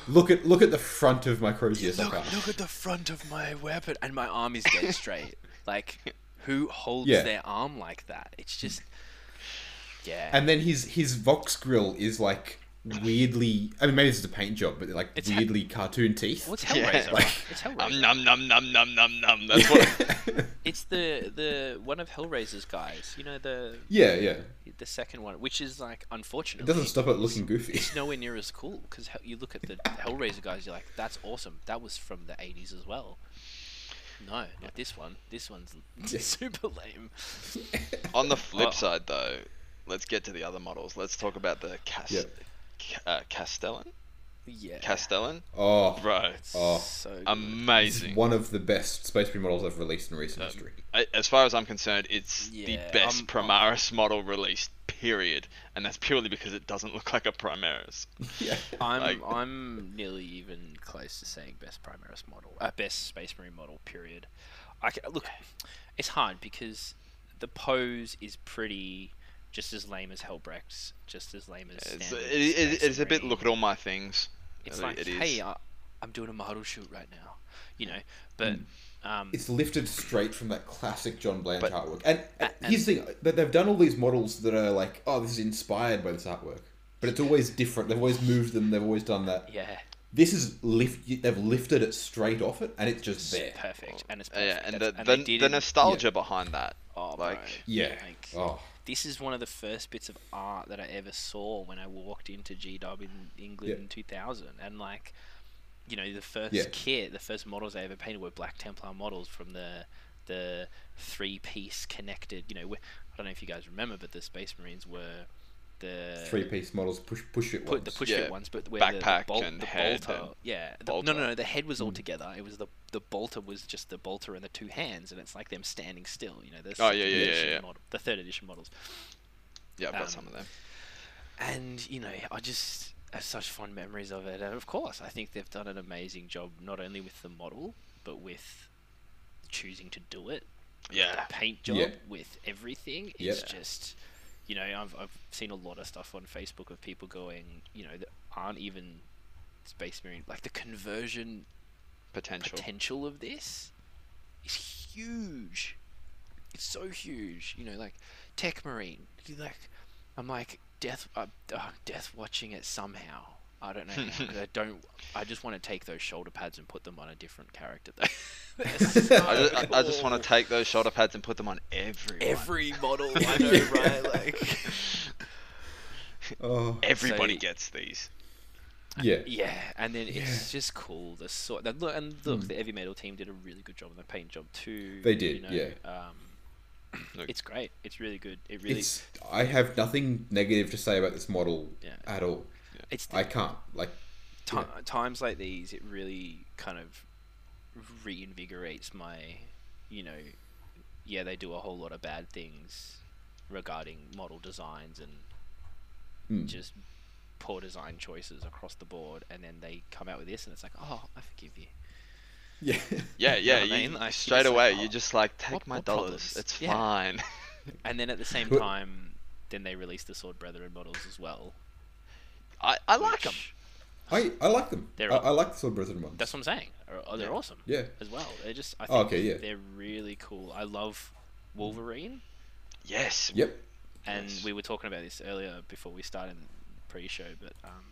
S1: Look at look at the front of my Crozier
S3: Look,
S1: socket.
S3: look at the front of my weapon, and my arm is dead straight. Like, who holds
S1: Yeah.
S3: their arm like that? It's just, yeah.
S1: And then his his Vox grill is like weirdly. I mean, maybe this is a paint job, but like
S3: It's ha-
S1: weirdly cartoon teeth.
S3: Well, it's
S2: Yeah.
S3: Hellraiser.
S1: Like-
S3: right? it's Hellraiser.
S2: um, num num num num num num. That's what.
S3: It's the the one of Hellraiser's guys. You know the
S1: yeah, yeah.
S3: the second one, which is like
S1: It
S3: unfortunately
S1: doesn't stop it looking goofy.
S3: it's nowhere near as cool because you look at the Hellraiser guys, you're like, that's awesome. That was from the '80s as well. No, not this one. This one's super lame.
S2: On the flip
S3: Oh.
S2: side, though, let's get to the other models. Let's talk about the Cas-
S1: Yeah.
S2: Ca- uh, Castellan.
S3: Yeah,
S2: Castellan,
S1: Oh,
S2: bro,
S1: Oh.
S3: so good.
S2: Um,
S1: it's
S2: amazing.
S1: one of the best space marine models I've released in
S3: Um,
S1: recent history.
S2: I- As far as I'm concerned, it's
S3: Yeah,
S2: the best
S3: I'm-
S2: Primaris model released. Period. And that's purely because it doesn't look like a Primaris.
S1: Yeah.
S3: I'm
S2: like-
S3: I'm nearly even close to saying best Primaris model, uh, best Space Marine model. Period. I ca look, it's hard because the pose is pretty, just as lame as Hellbrecht's, just as lame as.
S2: It's, it,
S3: standard
S2: it,
S3: Space
S2: it's a bit.
S3: Marine.
S2: Look at all my things.
S3: It's
S2: It-
S3: like,
S2: it is.
S3: hey, I, I'm doing a model shoot right now, you know. But
S2: Mm.
S3: um,
S1: It's lifted straight from that classic John Blanche
S2: But-
S1: artwork. And, and here's the thing: that they've done all these models that are like, oh, this is inspired by this artwork, but it's always different. They've always moved them. They've always done that.
S3: yeah,
S1: This is lift. They've lifted it straight off it, and it's just
S3: it's
S1: there.
S3: perfect, and it's perfect.
S2: yeah, and the,
S3: That's-
S2: the,
S3: they did
S2: the
S3: it-
S2: nostalgia behind that.
S3: Oh,
S2: like,
S3: bro.
S1: Yeah.
S3: Like,
S1: Oh,
S3: this is one of the first bits of art that I ever saw when I walked into G Dub in England
S1: Yeah.
S3: in 2000. And, like, you know, the first
S1: Yeah.
S3: kit, the first models I ever painted were Black Templar models from the the three piece connected. You know, wh- I don't know if you guys remember, but the Space Marines were the
S1: three piece models push push it.
S3: uh, put the
S1: ones.
S3: push
S2: Yeah,
S3: fit ones, but where the- the,
S2: backpack
S3: bol-
S2: and
S3: the
S2: head
S3: bolter,
S2: and
S3: yeah, the, no, no,
S2: bolter. Hmm.
S3: no, the head was all together. It was the the bolter was just the bolter and the two hands, and it's like them standing still. You know, the
S2: Oh,
S3: second
S2: yeah, yeah, yeah,
S3: edition
S2: yeah.
S3: Model, the third edition models,
S2: Yeah, I've got
S3: Um,
S2: some of them.
S3: and you know, I just have such fond memories of it. And of course, I think they've done an amazing job not only with the model but with choosing to do it
S2: Yeah.
S3: the paint job
S1: Yeah.
S3: with everything.
S1: Yep.
S3: It's just, you know, I've, I've seen a lot of stuff on Facebook of people going, you know, that aren't even Space Marine. Like the conversion
S2: Potential.
S3: potential of this is huge. It's so huge. You know, like Tech Marine. you Like, I'm like death, uh, uh, death watching it somehow. I don't know. how, 'cause I don't. I just want to take those shoulder pads and put them on a different character. Though.
S2: I just, I, I just want to take those shoulder pads and put them on everyone.
S3: every model I know, right? Like,
S1: Oh,
S2: Everybody
S3: So-
S2: gets these.
S1: yeah.
S3: yeah, and then it's just cool. The sort and look, and look, the heavy metal team did a really good job on the paint job too.
S1: Hmm. They
S3: you
S1: did,
S3: know,
S1: yeah.
S3: Um,
S2: Look.
S3: it's great. It's really good. It really,
S1: It's. I have nothing negative to say about this model
S3: Yeah.
S1: at all.
S3: it's the
S1: I can't like.
S3: ti- times like these. It really kind of reinvigorates my, you know, yeah, they do a whole lot of bad things regarding model designs and
S1: mm.
S3: just poor design choices across the board, and then they come out with this, and it's like, oh, I forgive you.
S1: Yeah.
S2: Yeah,
S3: You know
S2: yeah.
S3: what I
S2: you-
S3: mean? Like, you
S2: straight
S3: just like,
S2: away,
S3: oh,
S2: you're just like, take
S3: what-
S2: my
S3: what
S2: dollars.
S3: problems?"
S2: It's
S3: Yeah.
S2: fine.
S3: And then at the same
S1: Who-
S3: time, then they released the Sword Brethren models as well.
S2: I, I like them.
S3: which-
S1: I, I like them. I,
S3: They're
S1: I like the Sword Brethren ones.
S3: That's what I'm saying. Are- are- They're
S1: Yeah.
S3: awesome.
S1: Yeah.
S3: As well, they're just. I think
S1: Oh, okay, yeah.
S3: They're really cool. I love Wolverine,
S2: Yes.
S1: Yep.
S3: and
S2: Yes.
S3: we were talking about this earlier before we started the pre-show, but um,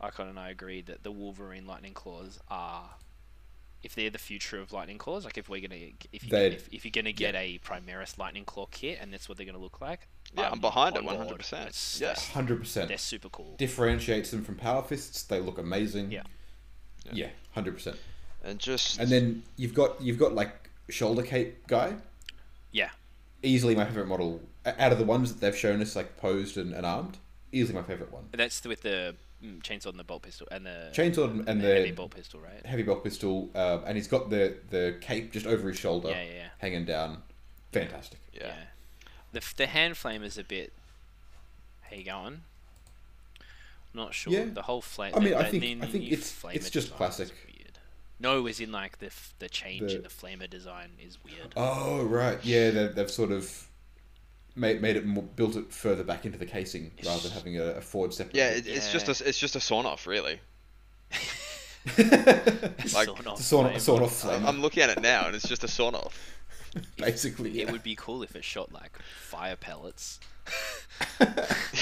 S3: Icon and I agreed that the Wolverine Lightning Claws are. If they're the future of Lightning Claws, like if we're gonna, if you
S1: They'd-
S3: if, if you're gonna get a Primaris Lightning Claw kit, and that's what they're gonna look like,
S2: Yeah, I'm behind
S3: on
S2: it
S3: board.
S2: 100%.
S3: That's-
S2: Yeah.
S3: that's-
S1: 100%.
S3: They're super cool.
S1: Differentiates them from Power Fists. They look amazing.
S3: Yeah.
S1: Yeah, 100%.
S2: And just
S1: And then you've got you've got like shoulder cape guy,
S3: Yeah,
S1: easily my favorite model O- out of the ones that they've shown us like posed and, and armed. Easily my favorite one.
S3: that's with the mm, chainsaw and the bolt pistol and the
S1: Chainsaw and, and
S3: and the heavy
S1: the
S3: bolt pistol, right?
S1: heavy bolt pistol, um, and he's got the the cape just over his shoulder,
S3: Yeah, yeah, yeah.
S1: hanging down. Fantastic.
S2: yeah.
S3: The f- the hand flame is a bit. How you going? Not sure.
S1: Yeah.
S3: The whole flame.
S1: I mean,
S3: the,
S1: I
S3: the-
S1: think-
S3: the
S1: I think
S3: new
S1: it's- it's
S3: flamer
S1: just
S3: design is
S1: classic.
S3: Weird. No, as in like the f- the change in
S1: The-
S3: the flamer design is weird.
S1: Oh right, yeah, they, they've sort of made made it more, built it further back into the casing rather than having a, a forward separate.
S2: Yeah, it, it's just
S3: Yeah.
S2: a it's just a sawn off really. like,
S3: Sawn off
S1: it's a sort
S3: flame.
S1: of, sort of
S2: I'm,
S1: flame,
S2: I'm looking at it now and it's just a sawn off.
S1: basically.
S3: It
S1: yeah.
S3: would be cool if it shot like fire pellets.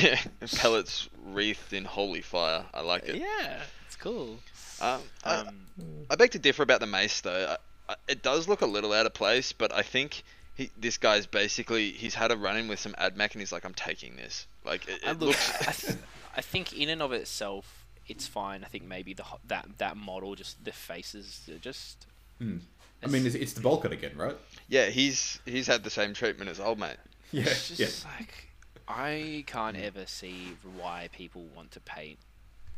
S2: Yeah, pellets wreathed in holy fire. I like it.
S3: yeah, it's cool.
S2: Um, I,
S3: Um,
S2: I beg to differ about the mace though. I, I, it does look a little out of place, but I think he, this guy's basically he's had a run in with some admech and he's like, I'm taking this. Like it,
S3: I
S2: it
S3: look,
S2: looks.
S3: I, th- I think in and of itself, it's fine. I think maybe the ho- that that model, just the faces, are just.
S1: Hmm. I mean, it's, it's the Balkan again, right?
S2: Yeah, he's he's had the same treatment as old mate.
S1: Yeah,
S3: It's just like I can't
S2: Mm.
S3: ever see why people want to paint.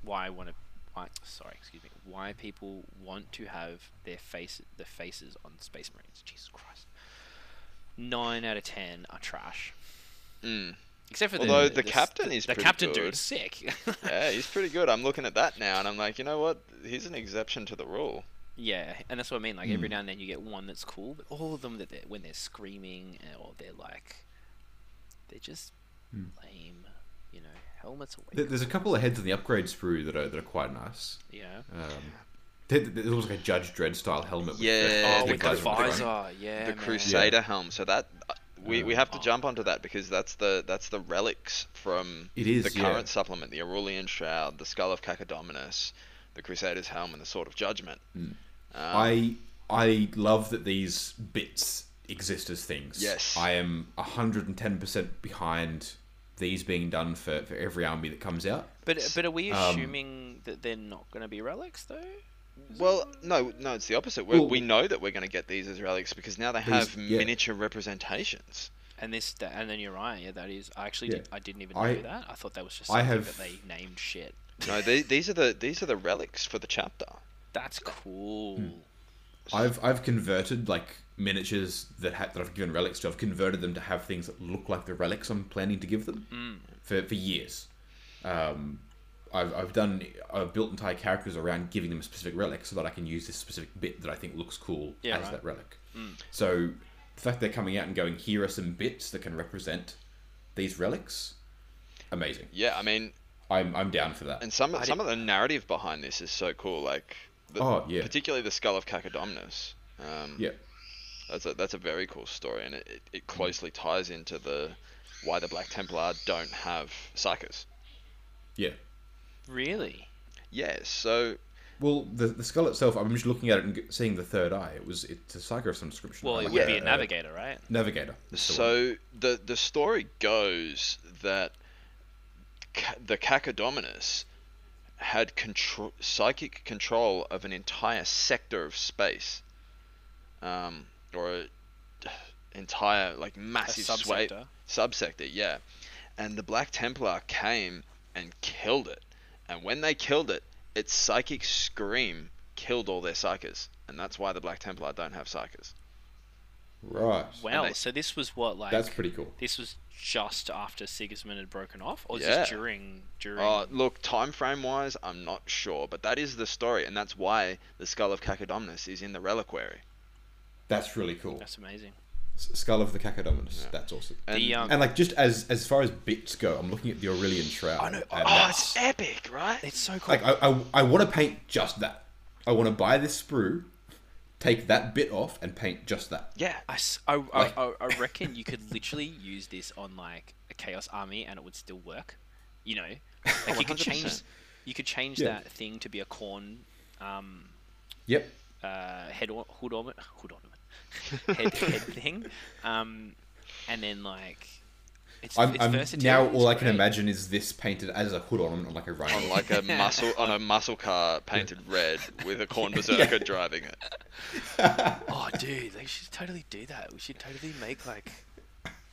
S3: Why want to? Why, sorry, excuse me. Why people want to have their face, the faces on Space Marines? Jesus Christ. Nine out of ten are trash.
S2: Mm.
S3: Except for
S2: Although
S3: the,
S2: the captain is
S3: the
S2: pretty
S3: captain
S2: good.
S3: dude's sick.
S2: Yeah, he's pretty good. I'm looking at that now and I'm like, you know what? He's an exception to the rule.
S3: Yeah, and that's what I mean. Like
S2: Hmm.
S3: every now and then you get one that's cool, but all of them that they're, when they're screaming uh, or they're like, they're just
S2: Hmm.
S3: lame. You know, helmets
S1: There-
S3: away.
S1: There's a couple of heads in the upgrade sprue that are that are quite nice.
S3: Yeah.
S1: Um, there- there- there's almost like a Judge Dread style helmet. With
S2: Yeah,
S1: the,
S3: Oh,
S2: the
S3: with the
S1: guys on front.
S3: visor, yeah.
S2: the
S3: man.
S2: Crusader helm. So that uh, we, we have to
S3: uh, Oh.
S2: jump onto that because that's the that's the relics from
S1: It is,
S2: the
S1: yeah.
S2: current supplement, the Aurelian Shroud, the Skull of Cacodominus, the Crusader's helm, and the Sword of Judgment.
S1: Mm. I I love that these bits exist as things.
S2: Yes.
S1: I am 110 percent behind these being done for, for every army that comes out.
S3: But but are we
S1: Um,
S3: assuming that they're not going to be relics though?
S2: Well, no, no, it's the opposite. we
S1: Well-
S2: we know that we're going to get these as relics because now they have
S1: yeah.
S2: miniature representations.
S3: And this that, and then you're right. Yeah, that is. I actually
S1: Yeah.
S3: did, I didn't even know
S1: I-
S3: that. I thought that was just
S1: I
S3: something
S1: have-
S3: that they named shit.
S2: No, the- these are the these are the relics for the chapter.
S3: That's cool.
S1: Hmm. I've I've converted like miniatures that ha- that I've given relics to. I've converted them to have things that look like the relics I'm planning to give them for for years. Um, I've I've done I've built entire characters around giving them a specific relic so that I can use this specific bit that I think looks cool
S3: Yeah,
S1: as
S3: right.
S1: that relic. So the fact they're coming out and going here are some bits that can represent these relics, amazing.
S2: Yeah, I mean,
S1: I'm I'm down for that.
S2: and some some of the narrative behind this is so cool. Like, the,
S1: Oh, yeah.
S2: particularly the Skull of Cacodominus. Um,
S1: yeah,
S2: That's a that's a very cool story, and it, it, it closely ties into the why the Black Templar don't have psychers.
S1: yeah.
S3: Really?
S2: Yeah, so
S1: Well, the, the skull itself, I'm just looking at it and g- seeing the third eye. It was it's a psycho of some description.
S3: Well, it
S1: Like
S3: would be a
S1: uh,
S3: navigator, right?
S1: navigator. is the one.
S2: so the the story goes that ca- the Cacodominus had control psychic control of an entire sector of space, um, or a entire like massive sway
S3: subsector.
S2: subsector, yeah. And the Black Templar came and killed it. And when they killed it, its psychic scream killed all their psychers, and that's why the Black Templar don't have psychers.
S1: right,
S3: Wow.
S2: they-
S3: so this was what like
S1: that's pretty cool.
S3: this was just after Sigismund had broken off, or was
S2: Yeah.
S3: this during during?
S2: Uh, look, time frame wise, I'm not sure, but that is the story, and that's why the skull of Cacodominus is in the reliquary.
S1: That's really cool.
S3: That's amazing.
S1: S- Skull of the Cacodominus. That's awesome.
S2: And,
S3: The, um,
S1: And like just as as far as bits go, I'm looking at the Aurelian Shroud.
S2: I know.
S1: and
S2: Oh,
S1: that's-
S2: it's epic, right?
S3: It's so Ah, cool.
S1: like I I, I want to paint just that. I want to buy this sprue, take that bit off, and paint just that.
S2: yeah.
S3: I, s- I- I-
S1: Like-
S3: I- I reckon you could literally use this on like a chaos army and it would still work. You know, like you could change,
S2: 100%.
S3: you could change
S1: Yeah.
S3: that thing to be a corn um,
S1: Yep.
S3: uh, head or- hood ornament, hood ornament, head, head thing, um, and then like it's,
S1: I'm,
S3: it's
S1: I'm
S3: versatility
S1: now
S3: is
S1: all I can
S3: great.
S1: imagine is this painted as a hood ornament on like a rhino.
S2: on like a muscle on a muscle car painted red with a corn berserker driving it.
S3: Oh, dude, they should totally do that. We should totally make like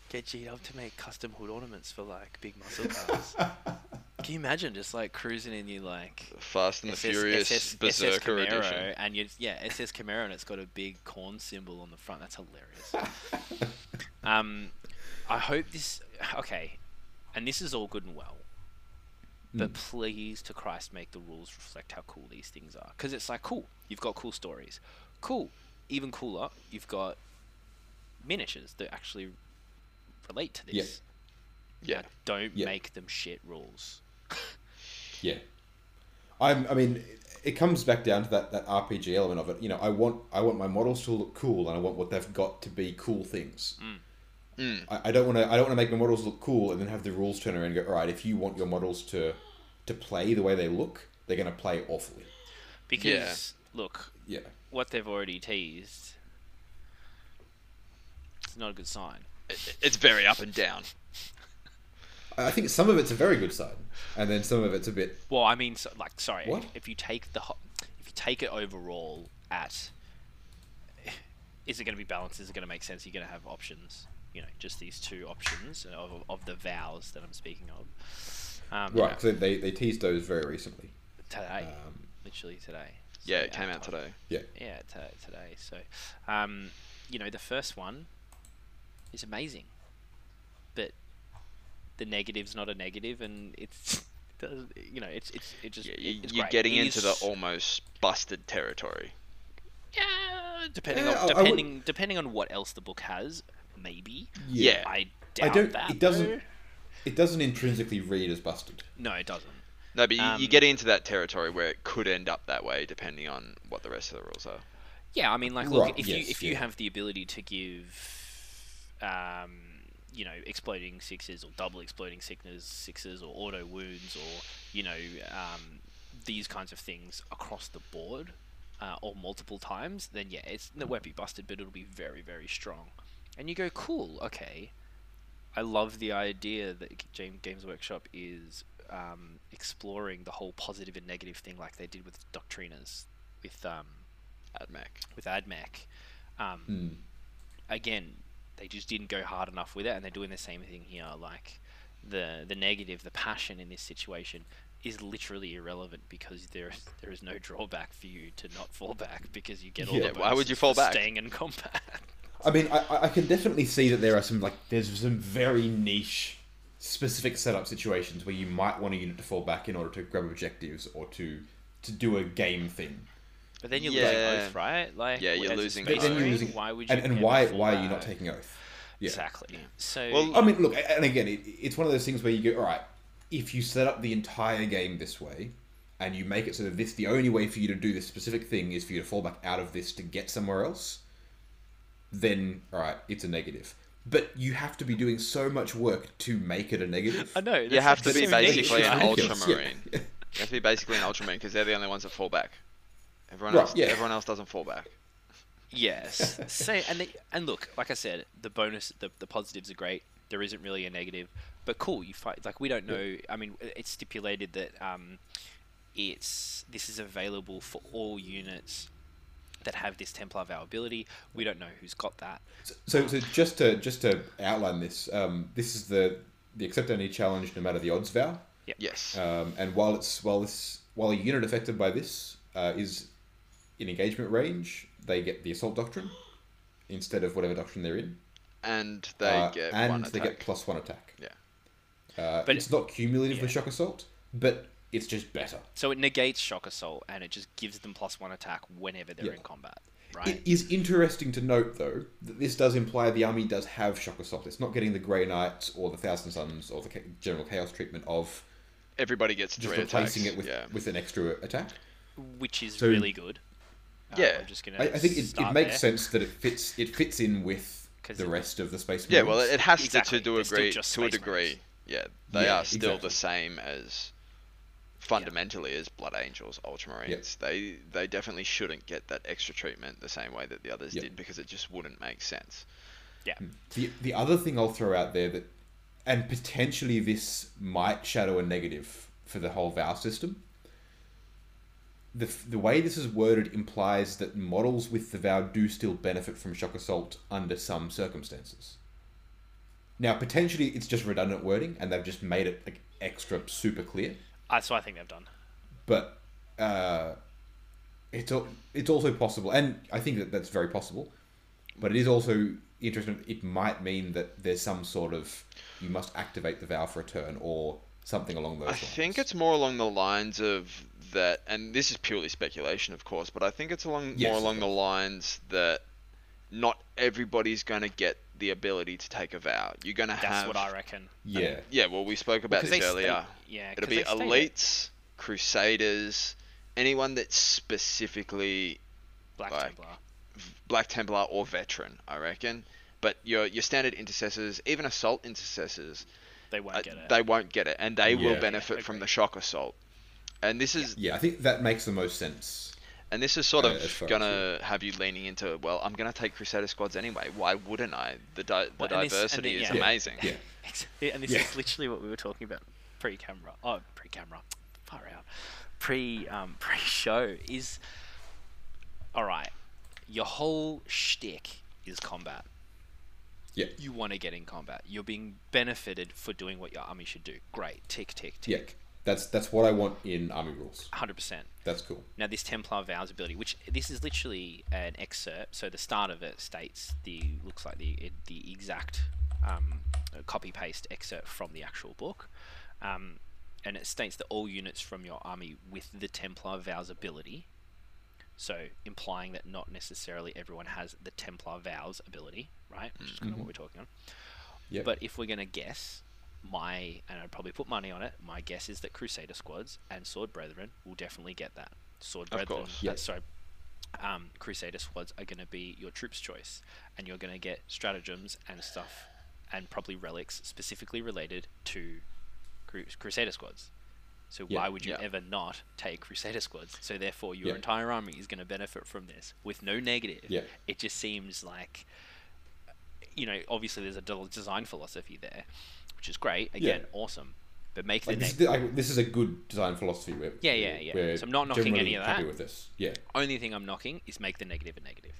S3: get G up to make custom hood ornaments for like big muscle cars. Can you imagine just like cruising in your like
S2: Fast and the Furious Berserker
S3: Camaro,
S2: edition.
S3: and you yeah SS Camaro, and it's got a big corn symbol on the front. That's hilarious. um, I hope this okay, and this is all good and well, but please to Christ make the rules reflect how cool these things are, because it's like cool. You've got cool stories, cool. Even cooler, you've got miniatures that actually relate to this.
S1: Yeah.
S2: Yeah.
S3: Don't
S1: Yeah.
S3: make them shit rules.
S1: Yeah. I'm, I mean, it comes back down to that, that RPG element of it. You know, I want I want my models to look cool, and I want what they've got to be cool things. I, I don't want to I don't want to make my models look cool and then have the rules turn around and go, all right, if you want your models to to play the way they look, they're going to play awfully.
S3: Because look,
S1: Yeah.
S3: what they've already teased, it's not a good sign.
S2: It- It's very up and down.
S1: I I think some of it's a very good side, and then some of it's a bit.
S3: Well, I mean, so, like, sorry,
S1: What?
S3: if you take the ho- if you take it overall at, is it going to be balanced? Is it going to make sense? You're going to have options. You know, just these two options of, of the vows that I'm speaking of. Um,
S1: Right, so they, they teased those very recently.
S3: Today,
S1: Um,
S3: literally today.
S2: Yeah,
S3: So
S2: it came
S3: our
S2: out
S3: time-
S2: today.
S1: yeah.
S3: yeah t- today so um, you know the first one is amazing but the negative's not a negative and it's doesn't you know it's it's it just
S2: Yeah,
S3: it-
S2: you,
S3: it's
S2: you're
S3: great.
S2: getting
S3: It
S2: into
S3: is-
S2: the almost busted territory.
S3: yeah, depending
S1: Yeah, I- I
S3: on
S1: would-
S3: depending depending on what else the book has maybe
S2: Yeah.
S3: I
S1: I
S3: doubt
S1: don't.
S3: that
S1: It doesn't.
S3: though.
S1: It doesn't intrinsically read as busted.
S3: no it doesn't
S2: No, but you,
S3: Um,
S2: you get into that territory where it could end up that way, depending on what the rest of the rules are.
S3: Yeah, I mean, like, look,
S1: Right,
S3: if you
S1: yes,
S3: if you
S1: yeah.
S3: have the ability to give, um, you know, exploding sixes or double exploding sixes, sixes or auto wounds or you know, um, these kinds of things across the board, uh, or multiple times, then yeah, it's it won't be busted, but it'll be very very strong. And you go, cool, okay. I love the idea that G- Jam- Games Workshop is um, exploring the whole positive and negative thing, like they did with Doctrinas, with um,
S2: AdMac.
S3: with AdMac. Um,
S2: Hmm.
S3: Again, they just didn't go hard enough with it, and they're doing the same thing here. Like the the negative, the passion in this situation is literally irrelevant because there is there is no drawback for you to not fall back because you get all
S1: Yeah,
S3: the
S2: why would
S3: bonuses
S2: you fall
S3: for
S2: back?
S3: Staying in combat.
S1: I mean, I- I, I can definitely see that there are some like there's some very niche, specific setup situations where you might want a unit to fall back in order to grab objectives or to to do a game thing.
S3: But then you're
S2: Yeah.
S3: losing oath, right? Like
S2: Yeah, you're
S3: as a
S2: losing
S3: space
S1: But then you're
S3: marine,
S1: using
S3: Why would you?
S1: and, and
S3: ever
S1: why
S3: fall
S1: why are you not
S3: back?
S1: taking oath? Yeah.
S3: Exactly. So
S2: Well,
S1: I mean, look, a- and again, it, it's one of those things where you go, all right, if you set up the entire game this way, and you make it so that this the only way for you to do this specific thing is for you to fall back out of this to get somewhere else, then all right, it's a negative. But you have to be doing so much work to make it a negative.
S3: I know
S2: you have to
S1: that's
S2: be
S1: so ridiculous,
S2: basically an
S1: right? Ridiculous, yeah.
S2: ultramarine. You have to be basically an ultramarine because they're the only ones that fall back. Everyone
S1: Right,
S2: else,
S1: yeah.
S2: everyone else doesn't fall back.
S3: Yes. so and the, and look, like I said, the bonus, the, the positives are great. There isn't really a negative, but cool. You fight like we don't know. I mean, it's stipulated that um, it's this is available for all units that have this Templar vow ability. We don't know who's got that.
S1: So, so just to just to outline this, um, this is the the accept only challenge, no matter the odds vow.
S2: Yes.
S1: Um, and while it's while this while a unit affected by this uh, is in engagement range, they get the assault doctrine instead of whatever doctrine they're in,
S2: and they
S1: uh,
S2: get
S1: and
S2: one
S1: they
S2: attack.
S1: get plus one attack.
S2: Yeah.
S1: Uh,
S3: But-
S1: it's not cumulative with
S3: yeah.
S1: shock assault, but it's just better.
S3: So it negates shock assault and it just gives them plus one attack whenever they're
S1: Yeah.
S3: in combat. right?
S1: It is interesting to note, though, that this does imply the army does have shock assault. It's not getting the Grey Knights or the Thousand Suns or the Cha- General Chaos treatment of
S2: Everybody gets
S1: just
S2: three attacks.
S1: replacing it with,
S2: yeah.
S1: with an extra attack.
S3: Which is
S1: So-
S3: really good. Uh,
S2: Yeah.
S3: I'm just gonna.
S1: I, I think it, it
S3: start
S1: makes
S3: there.
S1: sense that it fits it fits in with
S3: 'Cause
S1: the
S3: it-
S1: rest of the space.
S2: yeah, well,
S1: Marines.
S2: it has
S3: Exactly,
S2: to to
S3: they're
S2: a
S3: still
S2: degree.
S3: just
S2: To a
S3: space
S2: degree,
S3: marines.
S2: yeah, they
S1: Yeah,
S2: are still
S1: exactly.
S2: the same as fundamentally as Blood Angels, Ultramarines. They they definitely shouldn't get that extra treatment the same way that the others
S1: Yep.
S2: did because it just wouldn't make sense.
S3: Yeah.
S1: The the other thing I'll throw out there that, and potentially this might shadow a negative for the whole vow system. The, f- the way this is worded implies that models with the vow do still benefit from shock assault under some circumstances. Now, potentially, it's just redundant wording, and they've just made it like extra super clear.
S3: That's what Uh, I think they've done.
S1: but uh, it's al- it's also possible, and I think that that's very possible. But it is also interesting. It might mean that there's some sort of you must activate the vow for a turn or something along those
S2: I
S1: lines.
S2: think it's more along the lines of that, and this is purely speculation, of course, but I think it's along
S1: Yes,
S2: more
S1: of
S2: along the lines that not everybody's going to get the ability to take a vow. You're going to
S3: That's
S2: have
S3: what I reckon.
S1: yeah,
S2: Yeah, well, we spoke about
S3: Because
S2: this
S3: they
S2: earlier.
S3: state- yeah,
S2: It'll
S3: 'cause
S2: be
S3: they state it.
S2: elites, crusaders, anyone that's specifically
S3: Black
S2: Like-
S3: Templar.
S2: Black Templar or veteran, I reckon. But your your standard intercessors, even assault intercessors,
S3: They won't
S2: uh,
S3: get it.
S2: they won't get it, and they
S1: Yeah.
S2: will benefit from the shock assault. And this is
S1: yeah. I think that makes the most sense.
S2: and this is sort
S1: Uh, as
S2: of
S1: far as
S2: gonna have you leaning into well, I'm gonna take Crusader squads anyway. Why wouldn't I? The di- the
S3: Well, and this- and
S2: diversity
S3: the-
S2: is
S3: yeah.
S2: amazing.
S1: Yeah,
S3: Exactly, and this
S1: Yeah.
S3: is literally what we were talking about pre-camera. Oh, pre-camera, far out. Pre um, pre-show is all right. Your whole shtick is combat.
S1: yeah,
S3: You want to get in combat. You're being benefited for doing what your army should do. Great. Tick tick
S1: yeah.
S3: tick.
S1: That's that's what I want in army rules.
S3: Hundred percent.
S1: That's cool.
S3: Now, this Templar vows ability, which this is literally an excerpt, so the start of it states the looks like the the exact um, copy paste excerpt from the actual book, um, and it states that all units from your army with the Templar vows ability, so implying that not necessarily everyone has the Templar vows ability, right? Which is kind of what we're talking on.
S1: Yeah,
S3: But if we're going to guess, my, and I'd probably put money on it, my guess is that Crusader squads and Sword Brethren will definitely get that. Sword
S2: Of
S3: Brethren,
S2: course.
S3: uh,
S1: Yeah.
S3: sorry, um, Crusader squads are going to be your troops' choice, and you're going to get stratagems and stuff, and probably relics specifically related to cru- Crusader squads. So
S1: Yeah.
S3: why would you
S2: Yeah.
S3: ever not take Crusader squads? So therefore, your
S1: Yeah.
S3: entire army is going to benefit from this with no negative.
S1: Yeah.
S3: It just seems like you know, obviously there's a del- design philosophy there, which is great. Again,
S1: Yeah.
S3: awesome. But make
S1: like
S3: the
S1: this,
S3: neg-
S1: I, this is a good design philosophy. Where,
S3: Yeah, yeah, yeah.
S1: we're
S3: So I'm not knocking
S1: generally
S3: any of
S1: Happy
S3: that.
S1: with this. Yeah,
S3: only thing I'm knocking is make the negative a negative.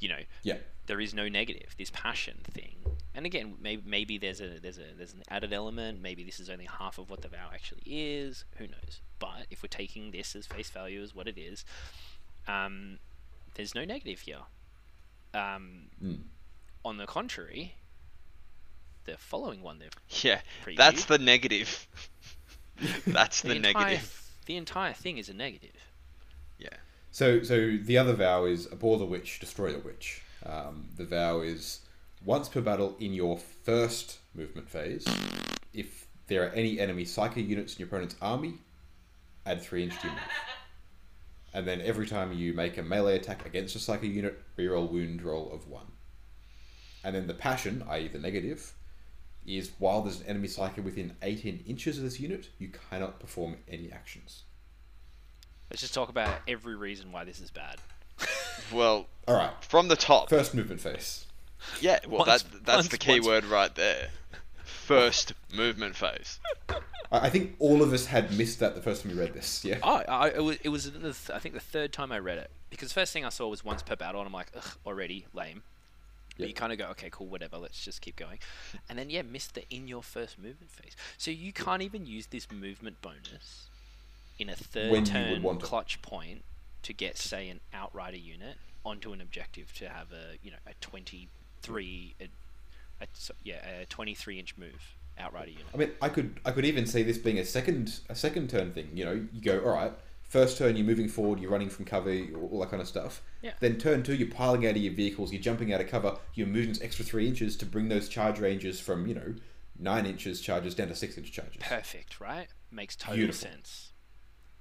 S3: You know,
S1: yeah,
S3: there is no negative. This passion thing, and again, maybe maybe there's a there's a there's an added element. Maybe this is only half of what the vow actually is. Who knows? But if we're taking this as face value as what it is, um, there's no negative here. Um,
S1: Mm.
S3: On the contrary, the following one they've
S2: Yeah,
S3: Preview.
S2: that's the negative. that's the,
S3: entire-
S2: negative.
S3: The entire thing is a negative.
S2: Yeah.
S1: So, so the other vow is abhor the witch, destroy the witch. Um, the vow is once per battle in your first movement phase. If there are any enemy psychic units in your opponent's army, add three inch to your move. And then every time you make a melee attack against a psychic unit, reroll wound roll of one. And then the passion, i.e., the negative, is while there's an enemy psychic within 18 inches of this unit, you cannot perform any actions.
S3: Let's just talk about every reason why this is bad.
S2: Well,
S1: All right,
S2: from the top.
S1: first movement phase.
S2: Yeah, well,
S3: Once-
S2: that, that's
S3: once-
S2: the key
S3: once-
S2: word right there. First movement phase.
S1: I I think all of us had missed that the first time we read this. Yeah.
S3: Oh, I, it was, it was the th- I think the third time I read it because the first thing I saw was once per battle, and I'm like, ugh, already lame. But
S1: Yeah.
S3: you kind of go, okay, cool, whatever. Let's just keep going, and then yeah, missed the in your first movement phase. So you can't even use this movement bonus in a third
S1: When you would
S3: turn
S1: want it.
S3: clutch point to get, say, an outrider unit onto an objective to have a you know a 23, a, a, so- yeah, a 23 inch move outrider unit.
S1: I mean, I could I could even see this being a second a second turn thing. You know, you go all right. First turn, you're moving forward, you're running from cover, all all that kind of stuff.
S3: Yeah.
S1: Then turn two, you're piling out of your vehicles, you're jumping out of cover, your movement's extra three inches to bring those charge ranges from, you know, nine inches charges down to six inch charges.
S3: Perfect, right? Makes total
S1: Beautiful.
S3: sense.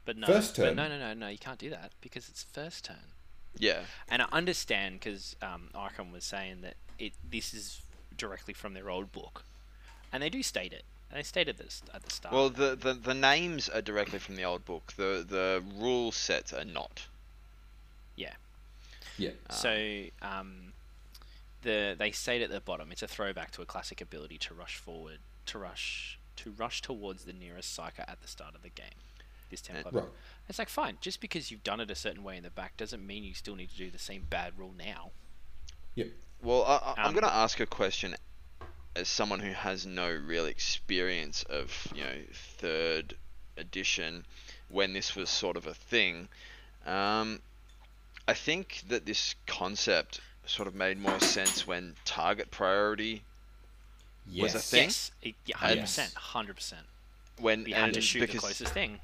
S3: But no,
S1: First
S3: but
S1: turn.
S3: no, no, no, no. You can't do that because it's first turn.
S2: Yeah.
S3: And I understand because um, Arkham was saying that it this is directly from their old book, and they do state it. And they stated this at the start.
S2: Well, the, the the names are directly from the old book. The the rule sets are not.
S3: yeah.
S1: Yeah.
S3: So um, the they state at the bottom it's a throwback to a classic ability to rush forward, to rush, to rush towards the nearest psyker at the start of the game. This
S2: Uh,
S3: template.
S1: Right.
S3: It's like fine, just because you've done it a certain way in the back doesn't mean you still need to do the same bad rule now.
S1: Yep.
S2: Well, I, I, I'm
S3: Um,
S2: going to ask a question as someone who has no real experience of you know third edition when this was sort of a thing. Um, I think that this concept sort of made more sense when target priority Was
S1: Yes.
S2: a thing?
S3: Yes, it- yeah, hundred percent,
S1: Yes.
S3: hundred percent.
S2: when
S3: You had
S2: and
S3: to shoot the
S2: because
S3: closest thing.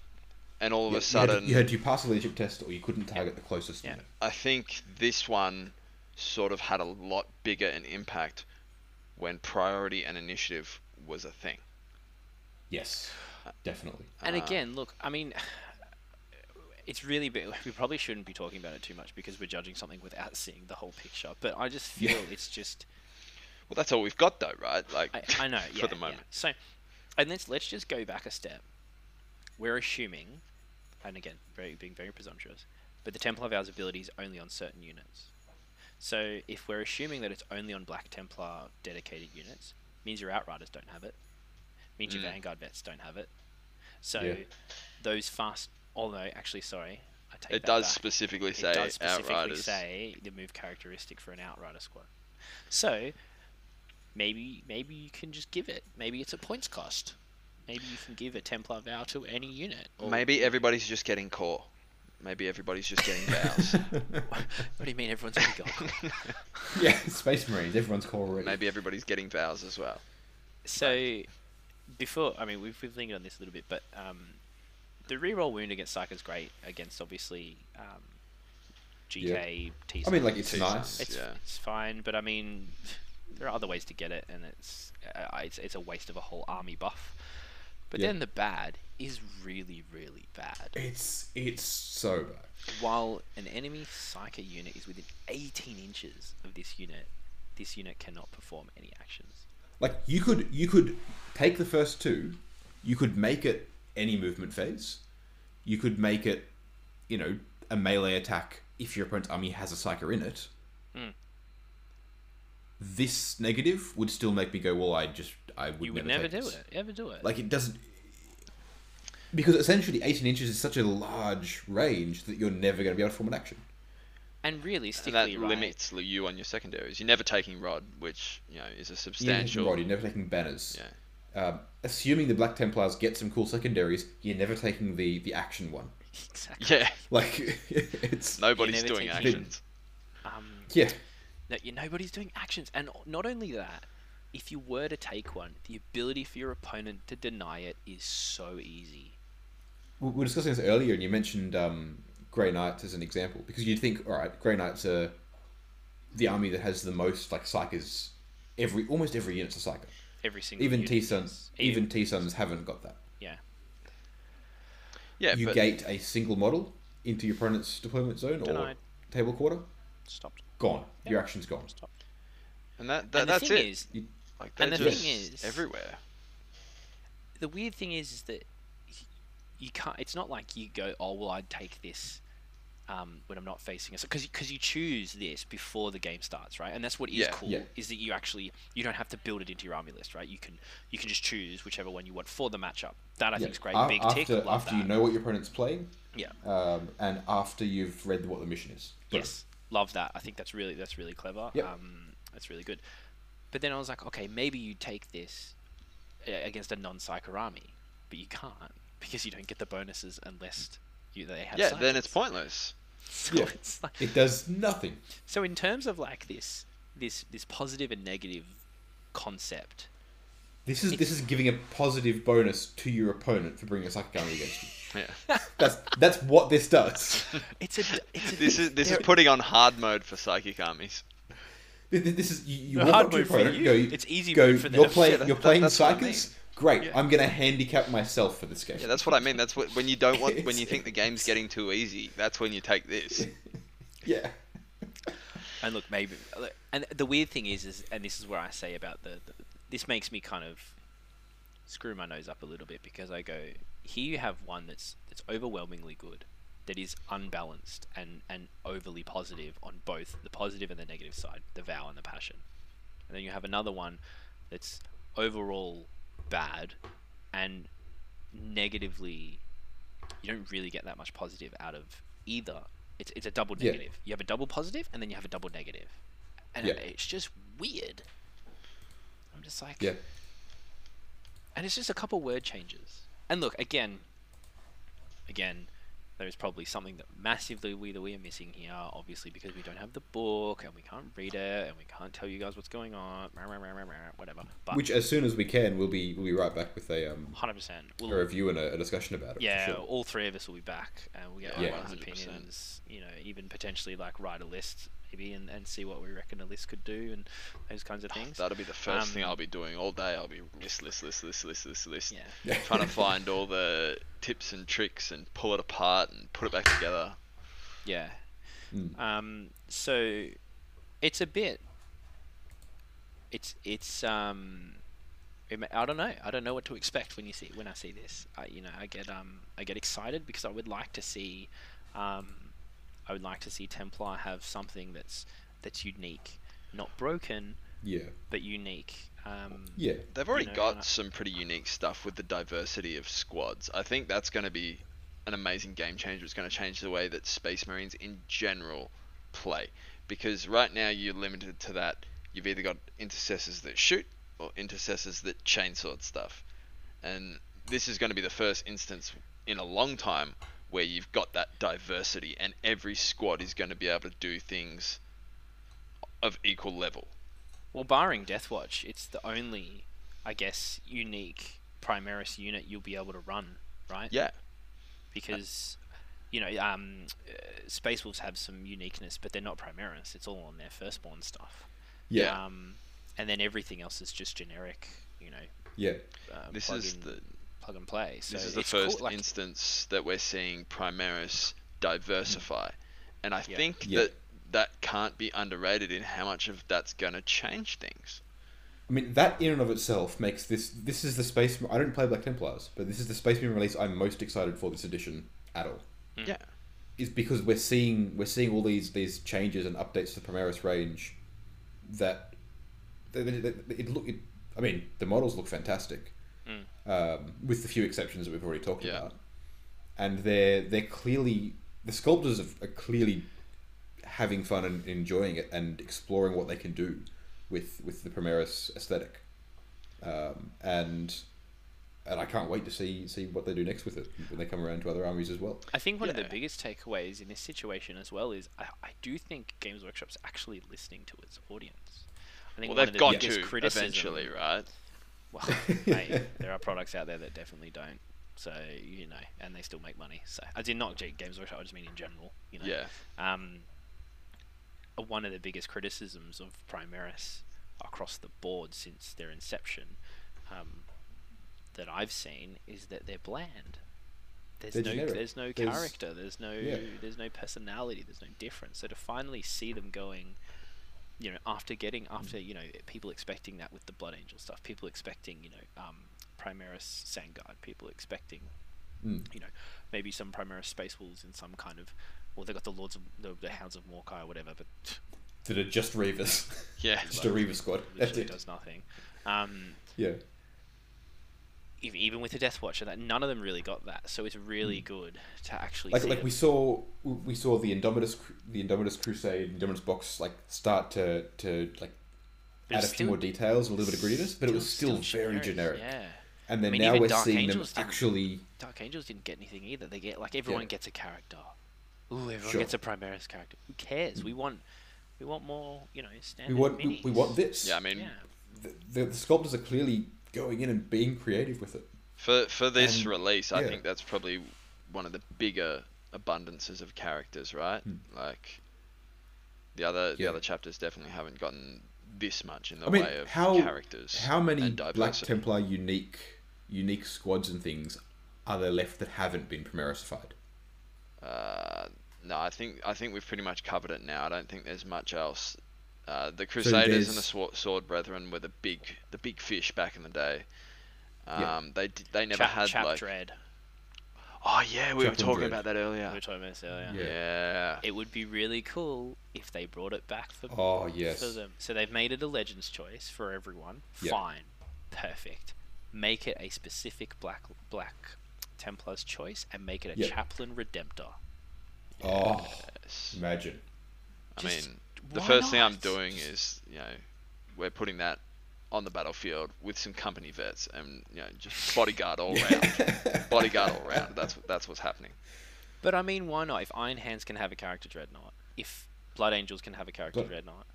S2: and all of
S1: Yeah,
S2: a sudden
S1: you had, to, you had to pass a leadership test, or you couldn't target the closest.
S3: Yeah.
S1: unit.
S2: I think this one sort of had a lot bigger an impact when priority and initiative was a thing.
S1: Yes,
S3: Uh,
S1: definitely.
S3: And again, look, I mean, it's really big. We probably shouldn't be talking about it too much because we're judging something without seeing the whole picture. But I just feel
S1: Yeah.
S3: it's just
S2: Well, that's all we've got though, right? Like
S3: I, I know yeah,
S2: for the
S3: yeah.
S2: moment.
S3: So, and let's let's just go back a step. We're assuming, and again, very being very presumptuous, but the Templar Vows ability is only on certain units. So if we're assuming that it's only on Black Templar dedicated units, means your Outriders don't have it, means your
S2: Mm.
S3: Vanguard vets don't have it. So
S1: Yeah.
S3: those fast, although actually, sorry, I take
S2: It
S3: that
S2: does
S3: back
S2: specifically say
S3: it does specifically
S2: outriders.
S3: say the move characteristic for an outrider squad. So maybe maybe you can just give it. Maybe it's a points cost. Maybe you can give a Templar vow to any unit. Or,
S2: Maybe everybody's just getting core. Maybe everybody's just getting vows.
S3: What do you mean everyone's already got gold?
S1: yeah, Space Marines. Everyone's core already.
S2: Maybe everybody's getting vows as well.
S3: So before, I mean, we've, we've lingered on this a little bit, but um, the reroll wound against Psych is great against obviously um, GK T.
S1: I mean, like it's
S2: Two
S1: nice.
S2: cents.
S3: It's,
S2: Yeah.
S3: it's fine, but I mean, there are other ways to get it, and it's uh, it's it's a waste of a whole army buff. But
S1: Yeah.
S3: then the bad is really really bad.
S1: It's it's so bad.
S3: While an enemy psyker unit is within 18 inches of this unit, this unit cannot perform any actions.
S1: Like you could you could take the first two, you could make it any movement phase, you could make it, you know, a melee attack if your opponent's army has a psyker in it.
S3: Hmm.
S1: This negative would still make me go, well, I just I would
S3: You would
S1: never,
S3: never,
S1: take
S3: do
S1: this."
S3: it. Ever do it?
S1: Like it doesn't because essentially 18 inches is such a large range that you're never going to be able to form an action.
S3: and
S2: And
S3: realistically,
S2: that
S3: right?
S2: limits you on your secondaries. You're never taking rod, which you know is
S1: You're never
S2: a
S1: taking
S2: substantial.
S1: rod, you're never taking banners.
S2: Yeah.
S1: um, assuming the Black Templars get some cool secondaries, you're never taking the the action one.
S3: Exactly.
S2: Yeah.
S1: Like it's
S2: Nobody's
S3: never
S2: doing
S3: take-
S2: actions.
S3: Um,
S1: yeah,
S3: that you nobody's doing actions and not only that if you were to take one the ability for your opponent to deny it is so easy
S1: we we were discussing this earlier, and you mentioned um, Grey Knights as an example because you'd think, all right, Grey Knights are the army that has the most like psychers. Every almost every unit's a psyker.
S3: every single
S1: Even
S3: unit
S1: T
S3: is-
S1: Suns, even T Suns haven't got that.
S3: yeah
S2: Yeah,
S1: you
S2: but
S1: gate a single model into your opponent's deployment zone or
S3: Denied.
S1: table quarter,
S3: stopped
S1: gone. Your action's gone.
S3: stopped
S2: and that, that
S3: and the
S2: that's
S3: thing
S2: it.
S3: is
S1: You-
S2: Like
S3: and
S2: they're
S3: the
S2: just
S3: thing is-
S2: everywhere.
S3: the weird thing is, is that you can't it's not like you go oh well i'd take this um, when i'm not facing a because because you choose this before the game starts right and that's what is
S2: Yeah.
S3: cool
S1: Yeah.
S3: is that you actually you don't have to build it into your army list right you can you can just choose whichever one you want for the matchup that i
S1: Yeah.
S3: think is great
S1: A-
S3: big
S1: after
S3: tick love
S1: after
S3: that.
S1: you know what your opponent's playing,
S3: yeah
S1: um, and after you've read what the mission is.
S3: Yes, love that. I think that's really that's really clever.
S1: Yep.
S3: Um, that's really good. But then I was like, okay, maybe you take this uh, against a non-psyker army, but you can't because you don't get the bonuses unless you they have.
S2: Yeah, then
S3: psychers.
S2: it's pointless.
S3: so
S1: Yeah.
S3: it's like,
S1: It does nothing.
S3: so in terms of like this this this positive and negative concept,
S1: This is this is giving a positive bonus to your opponent for bringing a psychic army against you.
S2: Yeah.
S1: That's that's what this does.
S3: It's a. It's a
S2: This is this is
S3: they're-
S2: putting on hard mode for psychic armies.
S1: Th- th- This is you, you
S3: No,
S1: walk
S3: hard
S1: up to your
S3: move for
S1: opponent,
S3: you.
S1: go.
S3: It's easy
S1: Go.
S3: move for them.
S1: You're playing.
S2: Yeah,
S1: You're
S2: that-
S1: playing
S2: that's what I
S1: psychics. Great.
S2: Yeah.
S1: I'm gonna handicap myself for this game.
S2: Yeah, that's what I mean. That's what when you don't want when you think the game's getting too easy. That's when you take this.
S1: yeah.
S3: And look, maybe. And the weird thing is, is and this is where I say about the, the. This makes me kind of screw my nose up a little bit because I go, here you have one that's that's overwhelmingly good, that is unbalanced and and overly positive on both the positive and the negative side, the vow and the passion, and then you have another one that's overall bad and negatively you don't really get that much positive out of either. It's it's a double
S1: Yeah.
S3: negative. You have a double positive and then you have a double negative. And
S1: Yeah.
S3: it's just weird. I'm just like
S1: Yeah.
S3: and it's just a couple word changes. And look, again, again, there is probably something that massively we that we are missing here, obviously because we don't have the book and we can't read it and we can't tell you guys what's going on, rah, rah, rah, rah, rah, whatever. But
S1: Which, as soon as we can, we'll be we'll be right back with a um
S3: 100%.
S1: a
S3: We'll,
S1: review and a, a discussion about it. for
S3: yeah,
S1: sure.
S3: all three of us will be back and we'll get
S2: Yeah,
S3: everyone's
S2: 100%.
S3: opinions, you know, even potentially like write a list maybe and, and see what we reckon a list could do and those kinds
S1: Ah,
S3: of things.
S2: That'll be the first thing
S3: Um,
S2: I'll be doing all day. I'll be list, list, list, list, list, list, list.
S3: yeah.
S1: Yeah.
S2: Trying to find all the tips and tricks and pull it apart and put it back together.
S3: Yeah.
S1: Mm.
S3: Um, so it's a bit. It's it's um, it, ma- I don't know. I don't know what to expect when you see when I see this. I, you know, I get um, I get excited because I would like to see, um, I would like to see Templar have something that's that's unique, not broken
S1: Yeah.
S3: but unique. Um,
S1: Yeah.
S2: They've already
S3: know, uh,
S2: got
S3: and I-
S2: some pretty unique stuff with the diversity of squads. I think that's going to be an amazing game changer. It's going to change the way that Space Marines in general play. Because right now you're limited to that. You've either got intercessors that shoot or intercessors that chainsword stuff. And this is going to be the first instance in a long time where you've got that diversity and every squad is going to be able to do things of equal level.
S3: Well, barring Deathwatch, it's the only, I guess, unique Primaris unit you'll be able to run, right?
S2: Yeah.
S3: because you know um, uh, space wolves have some uniqueness but they're not primaris it's all on their firstborn stuff
S1: Yeah.
S3: um, and then everything else is just generic you know
S1: Yeah.
S3: uh,
S2: This
S3: plug
S2: is
S3: in-
S2: the
S3: plug and play so
S2: this is the
S3: it's cool,
S2: first
S3: like-
S2: instance that we're seeing Primaris diversify, and I
S3: Yeah.
S2: think
S1: Yeah.
S2: that that can't be underrated in how much of that's going to change things.
S1: I mean, that in and of itself makes this. This is the space. I don't play Black Templars, but this is the space marine release I'm most excited for this edition at all.
S3: Mm.
S2: Yeah,
S1: is because we're seeing we're seeing all these these changes and updates to the Primaris range that that- that- that- it look it, I mean the models look fantastic um, with the few exceptions that we've already talked
S2: Yeah.
S1: about and they're they're clearly the sculptors have, are clearly having fun and enjoying it and exploring what they can do with with the Primaris aesthetic um, and and I can't wait to see see what they do next with it when they come around to other armies as well
S3: i think one of
S2: yeah.
S3: the biggest takeaways in this situation as well is i, I do think games workshop's actually listening to its audience I think
S2: well
S3: one
S2: they've
S3: of the
S2: got
S3: biggest
S2: to
S3: criticism-
S2: eventually, right?
S3: Well, hey, there are products out there that definitely don't. So you know, and they still make money. So I did not G- Games Workshop. I just mean in general. You know.
S2: Yeah,
S3: Um, one of the biggest criticisms of Primaris across the board since their inception, um, that I've seen, is that they're bland. There's
S1: They're
S3: no,
S1: generic.
S3: there's no
S1: There's-
S3: character. There's no,
S1: Yeah.
S3: there's no personality. There's no difference. So to finally see them going, you know, after getting after you know people expecting that with the Blood Angel stuff, people expecting you know um, Primaris Sandguard, people expecting
S1: Mm.
S3: you know maybe some Primaris Space Wolves in some kind of well they got the Lords of the, the Hounds of Morkai or whatever, but
S1: that are just Reavers.
S2: yeah,
S1: just a Reaver squad. That's
S3: literally
S1: it.
S3: does nothing. Um,
S1: Yeah.
S3: ev- even with the Death Watcher, that none of them really got that. So it's really good to actually
S1: Hmm. Like
S3: see
S1: like
S3: them.
S1: we saw we saw the Indomitus Cru- the Indomitus Crusade Indomitus box like start to to like
S3: But
S1: add a
S3: it's
S1: few
S3: still-
S1: more details and a little bit of grittiness, but it was still, very generic.
S3: Yeah.
S1: And then
S3: I mean,
S1: now
S3: even
S1: we're
S3: Dark
S1: seeing
S3: Angels
S1: them
S3: didn't-
S1: actually
S3: Dark Angels didn't get anything either. They get like everyone gets a character. Ooh, everyone
S1: Sure.
S3: gets a Primaris character. Who cares? We want, we want more. You know, standard.
S1: we want we, we
S3: minis.
S1: want this.
S2: yeah. I mean,
S3: Yeah.
S1: The, the, the sculptors are clearly going in and being creative with it.
S2: for for this
S1: And-
S2: release, I
S1: yeah.
S2: think that's probably one of the bigger abundances of characters, right?
S1: Hmm.
S2: Like the other the
S1: Yeah.
S2: other chapters definitely haven't gotten this much in the
S1: I mean,
S2: way of
S1: how-
S2: characters.
S1: How many
S2: and
S1: Black
S2: diversity.
S1: Templar unique unique squads and things are there left that haven't been Primarisified?
S2: Uh, no, I think I think we've pretty much covered it now. I don't think there's much else. Uh, the Crusaders and the
S1: there's-
S2: Sword, Sword Brethren were the big the big fish back in the day. Um,
S1: Yeah.
S2: they d- they never
S3: Chap,
S2: had
S3: Chap
S2: like
S3: Dread.
S2: oh yeah we were
S1: Chapter
S2: talking
S1: Dread.
S2: about that
S3: We
S2: earlier.
S3: were talking about this earlier.
S1: Yeah.
S2: Yeah.
S3: It would be really cool if they brought it back for,
S1: Oh yes.
S3: for them. So they've made it a Legends choice for everyone.
S1: Yeah.
S3: Fine. Perfect. Make it a specific Black Black Templar's choice and make it a
S1: Yeah.
S3: Chaplain Redemptor.
S1: Oh,
S2: Yes.
S1: imagine.
S2: I
S3: Just-
S2: mean, the
S3: why
S2: first thing I'm
S3: not?
S2: doing is you know we're putting that on the battlefield with some company vets and you know just bodyguard all round, bodyguard all round. That's that's what's happening.
S3: But I mean, why not? If Iron Hands can have a character Dreadnought, if Blood Angels can have a character
S1: Blood-
S3: Dreadnought,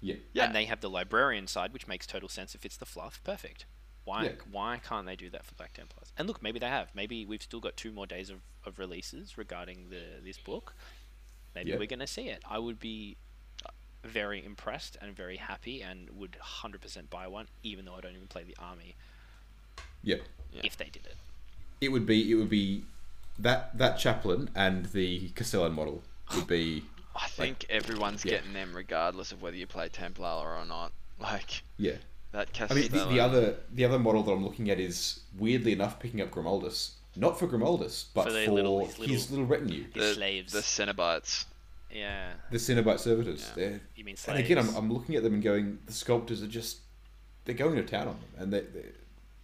S1: Yeah.
S2: Yeah.
S3: and they have the librarian side, which makes total sense if it's the fluff. Perfect. Why
S1: Yeah.
S3: why can't they do that for Black Templars? And look, maybe they have. Maybe we've still got two more days of, of releases regarding the this book. Maybe
S1: Yeah.
S3: we're gonna see it. I would be uh, very impressed and very happy and would 100% buy one even though I don't even play the army
S1: Yeah.
S2: Yeah.
S3: if they did it.
S1: It would be it would be that that chaplain and the Castellan model would be
S2: I think everyone's
S1: yeah.
S2: getting them regardless of whether you play Templar or not. Like
S1: yeah.
S2: that
S1: I
S2: Castellan.
S1: mean the, the other the other model that I'm looking at is weirdly enough picking up Grimoldus. Not for Grimoldus, but
S3: For
S1: for,
S3: their little- his
S1: his little retinue.
S3: The slaves.
S2: the Cenobites.
S3: yeah.
S1: The Cenobite servitors.
S2: Yeah.
S1: They're
S3: You mean
S1: and
S3: slaves?
S1: again, I'm, I'm looking at them and going, the sculptors are just they're going to town on them, and they, they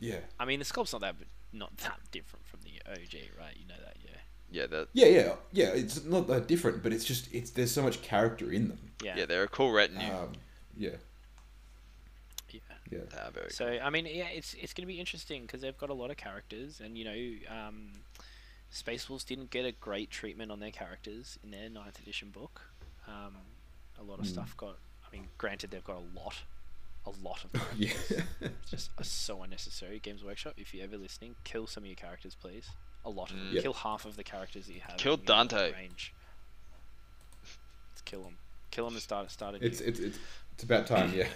S1: yeah,
S3: I mean the sculpt's not that not that different from the OG, right? You know that, yeah.
S2: Yeah, the,
S1: yeah, yeah, yeah. It's not that different, but it's just it's there's so much character in them.
S3: Yeah.
S2: yeah. they're a cool retinue.
S1: Um, yeah,
S3: yeah.
S1: yeah,
S2: they are very
S3: So I mean, yeah, it's it's going to be interesting because they've got a lot of characters, and you know, um, Space Wolves didn't get a great treatment on their characters in their ninth edition book. Um, a lot of
S1: Hmm.
S3: stuff got. I mean, granted, they've got a lot, a lot of. Them.
S1: yeah.
S3: it's just uh, so unnecessary. Games Workshop, if you're ever listening, kill some of your characters, please. A lot of them.
S1: Yeah.
S3: Kill half of the characters that you have.
S2: Kill
S3: in your
S2: Dante.
S3: Range. Let's kill him. Kill him and start start a new.
S1: it's, it's it's it's about time. Yeah,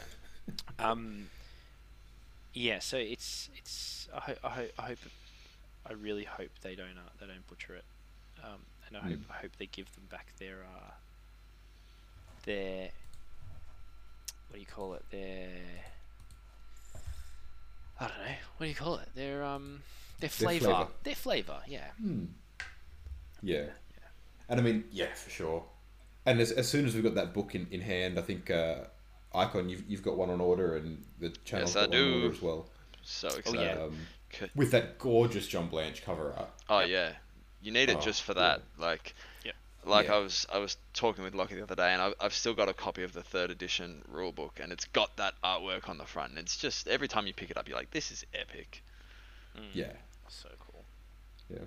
S3: Um, yeah, so it's it's I, ho- I, ho- I hope I really hope they don't uh, they don't butcher it, um, and I hope I hope they give them back their uh, their what do you call it their I don't know what do you call it their um their flavor their flavor, Hmm.
S1: flavour.
S3: yeah
S1: yeah, and I mean, yeah, for sure. And as, as soon as we've got that book in, in hand, I think uh, Icon, you've, you've got one on order, and the channel's
S2: Yes, I
S1: got one on
S2: do.
S1: order as well.
S2: so excited.
S3: yeah.
S2: Oh yeah.
S1: Um, with that gorgeous John Blanche cover art.
S2: oh, You need it
S1: Oh,
S2: just for
S1: yeah.
S2: that. Like
S3: Yeah.
S2: Like
S1: Yeah.
S2: I was I was talking with Lockie the other day and I've, I've still got a copy of the third edition rule book and it's got that artwork on the front and it's just every time you pick it up you're like this is epic. Mm.
S1: Yeah,
S3: so cool
S1: Yeah.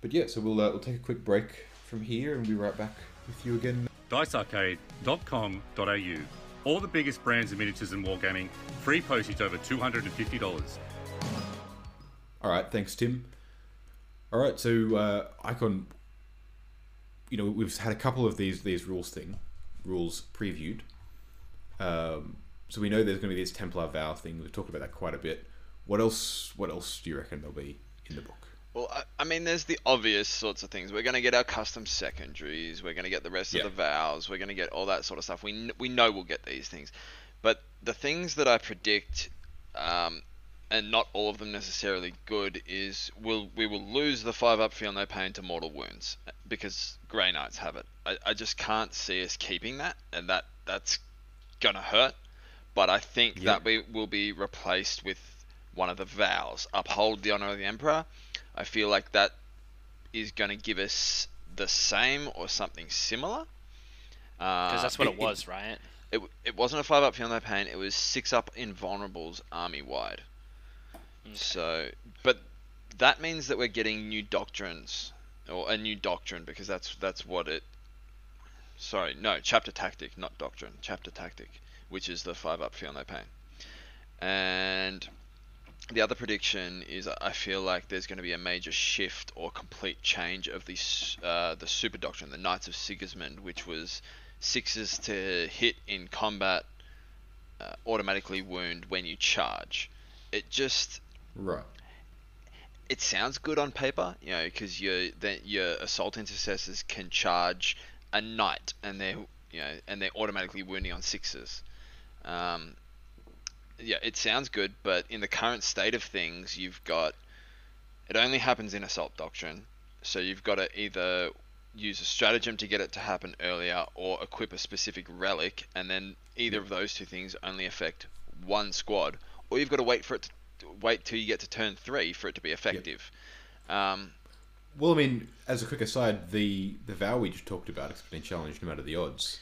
S1: But yeah, so we'll uh, we'll take a quick break from here and we'll be right back with you again.
S4: dicearcade.com.au. All the biggest brands of miniatures and wargaming, free postage over $250.
S1: All right, thanks, Tim. All right, so uh, Icon, you know we've had a couple of these these rules thing, rules previewed. Um, so we know there's going to be this Templar vow thing. We've talked about that quite a bit. What else? What else do you reckon there'll be in the book?
S2: Well, I, I mean, there's the obvious sorts of things. We're going to get our custom secondaries. We're going to get the rest
S1: Yeah.
S2: of the vows. We're going to get all that sort of stuff. We kn- we know we'll get these things, but the things that I predict, um, and not all of them necessarily good, is we'll we will lose the five up feel no pain to mortal wounds uh, because Grey Knights have it. I, I just can't see us keeping that, and that that's gonna hurt. But I think
S1: Yeah.
S2: that we will be replaced with one of the vows. Uphold the honor of the emperor. I feel like that is going to give us the same or something similar.
S3: because
S2: Uh,
S3: that's what
S1: it-
S3: it, was, right?
S2: it, it wasn't a five up feel no pain. It was six up invulnerables army wide. So, but that means that we're getting new doctrines or a new doctrine because that's that's what it. Sorry, no chapter tactic, not doctrine. Chapter tactic, which is the five up feel no pain, and The other prediction is I feel like there's going to be a major shift or complete change of the s- uh, the super doctrine, the Knights of Sigismund, which was sixes to hit in combat, uh, automatically wound when you charge. It just
S1: Right.
S2: it sounds good on paper, you know, because your then your assault intercessors can charge a knight, and they're you know, and they're automatically wounding on sixes. Um, yeah, it sounds good, but in the current state of things, you've got it only happens in assault doctrine, so you've got to either use a stratagem to get it to happen earlier, or equip a specific relic, and then either of those two things only affect one squad, or you've got to wait for it to wait till you get to turn three for it to be effective. Um,
S1: Well, I mean, as a quick aside, the the vow we just talked about, explain challenge no matter the odds,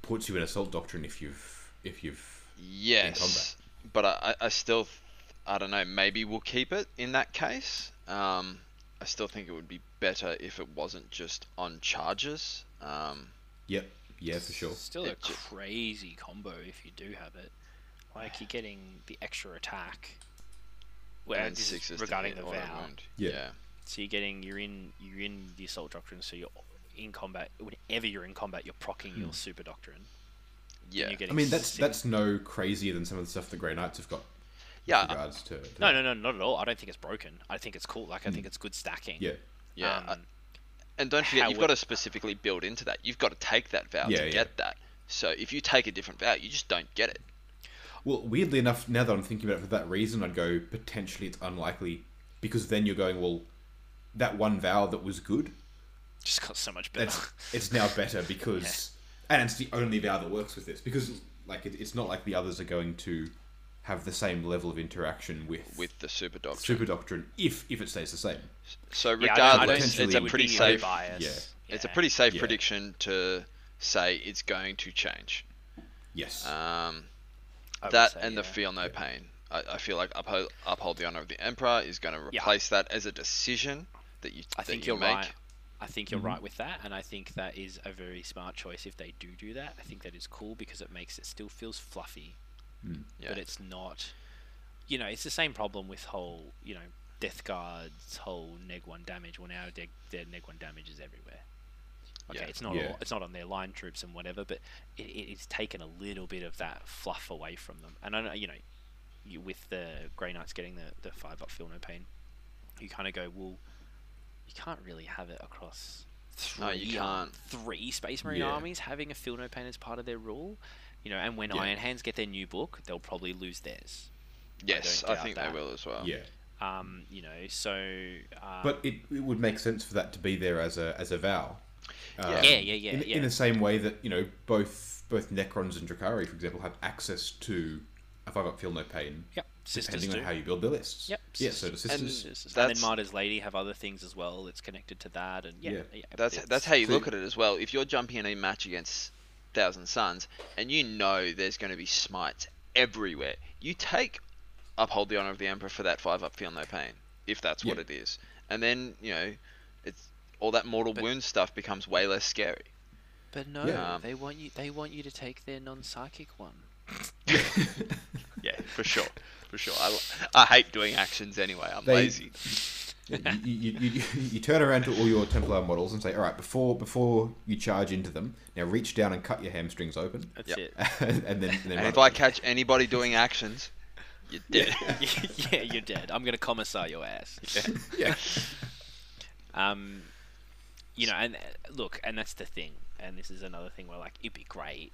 S1: puts you in assault doctrine if you've if you've
S2: yes, but I, I I still, th- I don't know. Maybe we'll keep it in that case. Um, I still think it would be better if it wasn't just on charges. Um,
S1: yep yeah for sure
S3: Still a
S2: It ju-
S3: crazy combo if you do have it. Like you're getting the extra attack. Well,
S2: and
S3: this
S2: sixes
S3: is
S2: to
S3: regarding the
S2: hit or to
S3: vow.
S2: wound.
S1: Yeah.
S2: yeah.
S3: So you're getting you're in you're in the assault doctrine. So you're in combat. Whenever you're in combat, you're procking your super doctrine.
S2: Yeah.
S3: And you're
S1: Hmm.
S3: getting
S1: I mean that's
S3: six-
S1: that's no crazier than some of the stuff the Grey Knights have got.
S2: Yeah,
S1: With
S2: I-
S1: regards to, to
S3: Uh, no no no not at all. I don't think it's broken. I think it's cool. Like I think it's good stacking.
S1: Hmm. yeah
S2: Yeah,
S3: Um,
S2: I- and don't forget,
S3: how
S2: you've
S3: it-
S2: got to specifically build into that. You've got to take that vow
S1: Yeah,
S2: to
S1: yeah.
S2: get that. So if you take a different vow, you just don't get it.
S1: Well, weirdly enough, now that I'm thinking about it for that reason, I'd go potentially it's unlikely because then you're going, well, that one vowel that was good,
S3: just got so much better.
S1: it's, it's now better because. And it's the only vowel that works with this because, like, it, it's not like the others are going to have the same level of interaction with,
S2: with the super doctrine.
S1: Super Doctrine if, if it stays the same.
S2: So
S3: Yeah, I don't- I don't
S2: regardless,
S3: think
S2: it's
S3: it
S2: a
S3: would
S2: pretty
S3: be
S2: safe.
S3: bias.
S1: Yeah.
S2: It's a pretty safe
S1: Yeah.
S2: prediction to say it's going to change.
S1: Yes.
S2: Um,
S3: I would
S2: that
S3: say,
S2: and the
S3: yeah.
S2: feel no pain. I, I feel like uphold, uphold the honor of the emperor is going to
S3: Yeah.
S2: replace that as a decision that you.
S3: I
S2: that
S3: think
S2: you
S3: you are
S2: make.
S3: right. I think you're right with that, and I think that is a very smart choice if they do do that. I think that is cool because it makes it still feels fluffy,
S2: Yeah.
S3: but it's not. You know, it's the same problem with whole. You know, Death Guard's whole neg one damage. Well, now their, their neg one damage is everywhere. Okay,
S2: Yeah.
S3: it's not
S1: Yeah.
S3: all, it's not on their line troops and whatever, but it, it, it's taken a little bit of that fluff away from them. And I know, you know, you, with the Grey Knights getting the, the five up, feel no pain, you kind of go, well, you can't really have it across three,
S2: No, you can't.
S3: three Space Marine
S1: Yeah.
S3: armies having a feel no pain as part of their rule. You know, and when
S1: Yeah.
S3: Iron Hands get their new book, they'll probably lose theirs.
S2: Yes,
S3: don't
S2: I,
S3: doubt
S2: think
S3: that.
S2: they will as well.
S1: yeah.
S3: Um, you know, so uh,
S1: But it, it would make sense for that to be there as a, as a vow. Um,
S3: yeah, yeah, yeah,
S1: in,
S3: yeah.
S1: in the same way that you know both both Necrons and Drakari, for example, have access to if I got feel no pain,
S3: yep, sisters
S1: depending
S3: do.
S1: on how you build their lists.
S3: Yep.
S1: Yeah. So the
S2: And-
S1: sisters.
S3: Sisters. And,
S2: that's-
S3: then Martyrs Lady have other things as well that's connected to that, and yeah,
S1: Yeah.
S3: yeah,
S2: That's
S3: it's-
S2: that's how you
S1: so-
S2: look at it as well. If you're jumping in a match against Thousand Suns and you know there's going to be smites everywhere, you take uphold the honor of the emperor for that five up, feel no pain, if that's what
S1: Yeah.
S2: it is, and then you know it's all that mortal wound stuff becomes way less scary.
S3: But no,
S1: Yeah.
S2: Um,
S3: they want you. They want you to take their non-psychic one.
S2: Yeah, for sure, for sure. I, I hate doing actions anyway. I'm
S1: They-
S2: lazy.
S1: you, you, you, you, you turn around to all your Templar models and say, "All right, before before you charge into them, now reach down and cut your hamstrings open,
S3: That's
S2: Yep.
S3: it.
S1: and, then and then
S2: And
S1: run
S2: if I catch anybody doing actions, you're dead.
S3: yeah, you're dead. I'm gonna commissar your ass.
S1: yeah.
S3: Um, you know, and uh, look, and that's the thing, and this is another thing where like it'd be great,